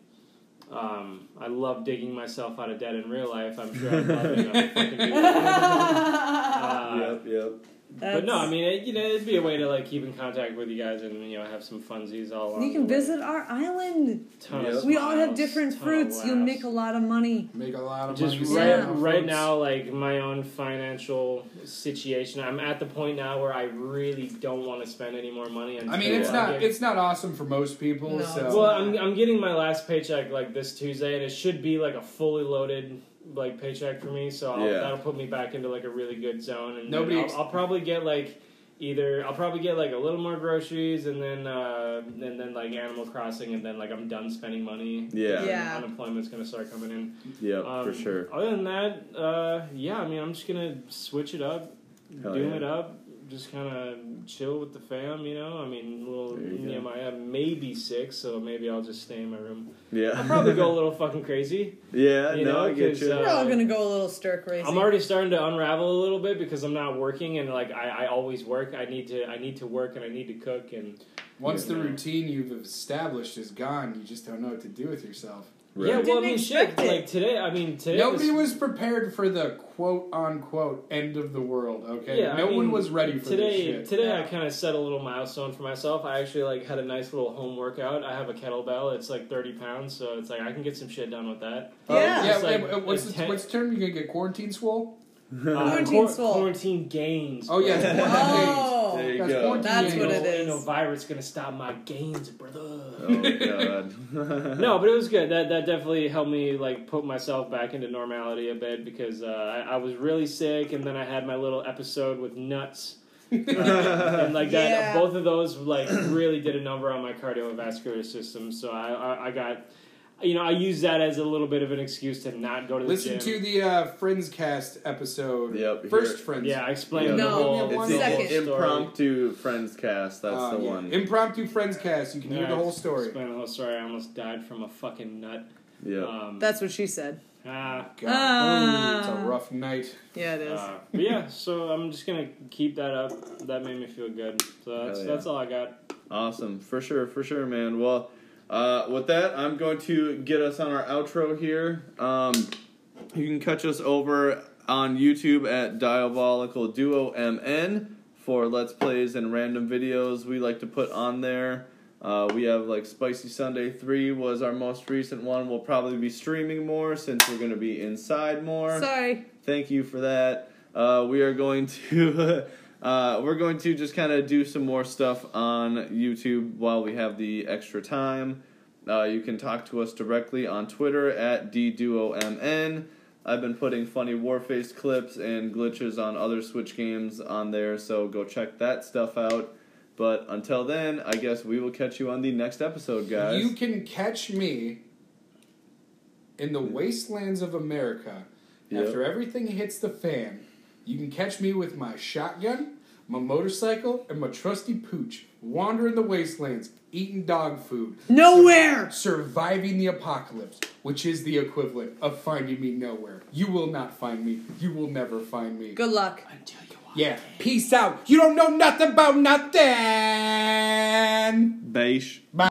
S7: Um, I love digging myself out of debt in real life. I'm sure I'd love it. on a fucking video. Uh,
S3: yep. Yep.
S5: That's-
S7: But no, I mean, it, you know, it'd be a way to like keep in contact with you guys and you know have some funsies all along.
S5: You can
S7: the way.
S5: visit our island.
S7: Ton
S3: Yep.
S7: of
S5: We all have
S7: smiles,
S5: different
S7: ton of
S5: fruits. You'll
S7: laughs.
S5: make a lot of money.
S4: Make a lot of
S7: Just
S4: money.
S7: right,
S5: Yeah.
S7: right
S4: folks.
S7: now, like my own financial situation, I'm at the point now where I really don't want to spend any more money.
S4: I mean,
S7: until
S4: it's
S7: I
S4: not
S7: get-
S4: it's not awesome for most people.
S5: No,
S4: so
S5: it's
S7: Well, I'm I'm getting my last paycheck like this Tuesday, and it should be like a fully loaded like paycheck for me. So I'll,
S3: Yeah.
S7: that'll put me back into like a really good zone. And then
S4: Nobody ex-
S7: I'll, I'll probably get like either I'll probably get like a little more groceries, and then uh, and then like Animal Crossing, and then like I'm done spending money.
S3: Yeah.
S5: Yeah.
S7: Unemployment's gonna start coming in.
S3: Yep.
S7: Um,
S3: for sure.
S7: Other than that, uh, yeah, I mean, I'm just gonna switch it up,
S3: Hell
S7: doom
S3: yeah.
S7: it up. Just kind of chill with the fam, you know. I mean, little
S3: There you go.
S7: Nehemiah may be sick, so maybe I'll just stay in my room.
S3: Yeah.
S7: I'll probably go a little fucking crazy.
S3: yeah.
S7: you
S3: no,
S7: know,
S3: I get
S7: 'cause,
S3: you.
S7: uh,
S5: We're all gonna go a little stir crazy.
S7: I'm already starting to unravel a little bit because I'm not working and like I, I always work. I need to I need to work and I need to cook and
S4: once
S7: Yeah.
S4: the routine you've established is gone, you just don't know what to do with yourself.
S3: Right.
S7: yeah. Well, I
S5: Didn't
S7: mean, shit.
S5: expect it.
S7: Like today, I mean, today was-
S4: Nobody was prepared for the quote unquote end of the world. Okay,
S7: Yeah, I
S4: no one
S7: mean,
S4: was ready for
S7: today.
S4: this shit.
S7: Today, I
S5: Yeah.
S7: kind of set a little milestone for myself. I actually like had a nice little home workout. I have a kettlebell. It's like 30 pounds, so it's like I can get some shit done with that.
S4: Oh,
S5: Yeah.
S4: yeah.
S7: It's like-
S4: wait, wait, what's
S7: it's
S4: the,
S7: ten- uh,
S4: what's the term you gonna get? Quarantine swole?
S5: Quarantine
S7: quar-
S5: swole.
S7: quarantine gains.
S4: Oh yeah,
S7: bro.
S4: quarantine
S5: Oh.
S3: There you
S4: gains. That's
S3: go.
S4: quarantine
S5: That's
S4: gains.
S5: what it
S7: Ain't no
S5: is.
S7: virus gonna stop my gains, brother.
S4: Oh,
S3: Oh god.
S7: No, but it was good. That that definitely helped me like put myself back into normality a bit because uh, I, I was really sick, and then I had my little episode with nuts, Uh, and like that.
S5: Yeah.
S7: Both of those like really did a number on my cardiovascular system. So I I, I got. You know, I used that as a little bit of an excuse to not go to the
S4: Listen
S7: gym.
S4: to the uh, Friends cast episode.
S3: Yep,
S4: First
S3: here-
S4: Friends.
S7: yeah, I
S5: No,
S7: explained the whole,
S5: one
S3: It's
S7: the
S3: the
S7: whole
S5: second.
S7: story.
S3: impromptu friends cast. That's
S4: Uh,
S3: the
S4: yeah.
S3: one.
S4: Impromptu Friends cast. You can
S7: Yeah,
S4: hear the
S7: I
S4: whole story.
S7: Explained the whole story. I almost died from a fucking nut.
S3: yeah.
S7: Um,
S5: That's what she said.
S7: ah,
S4: God,
S5: Ah.
S4: it's a rough night.
S5: Yeah, it is.
S7: Uh, but yeah, so I'm just gonna keep that up. That made me feel good. So that's
S3: Hell yeah.
S7: that's all I got.
S3: Awesome, for sure, for sure, man. Well, uh, with that, I'm going to get us on our outro here. Um, you can catch us over on YouTube at Diabolical Duo MN for Let's Plays and random videos we like to put on there. Uh, we have like Spicy Sunday 3 was our most recent one. We'll probably be streaming more since we're going to be inside more
S5: Sorry.
S3: thank you for that. Uh, we are going to uh, we're going to just kind of do some more stuff on YouTube while we have the extra time. Uh, you can talk to us directly on Twitter at dduomn. I've been putting funny Warface clips and glitches on other Switch games on there, so go check that stuff out. But until then, I guess we will catch you on the next episode, guys.
S4: You can catch me in the wastelands of America
S3: Yep.
S4: after everything hits the fan. You can catch me with my shotgun, my motorcycle, and my trusty pooch wandering the wastelands, eating dog food,
S5: Nowhere.
S4: surviving the apocalypse, which is the equivalent of finding me nowhere. You will not find me. You will never find me.
S5: Good luck.
S4: Yeah. Peace out. You don't know nothing about nothing.
S3: Beish.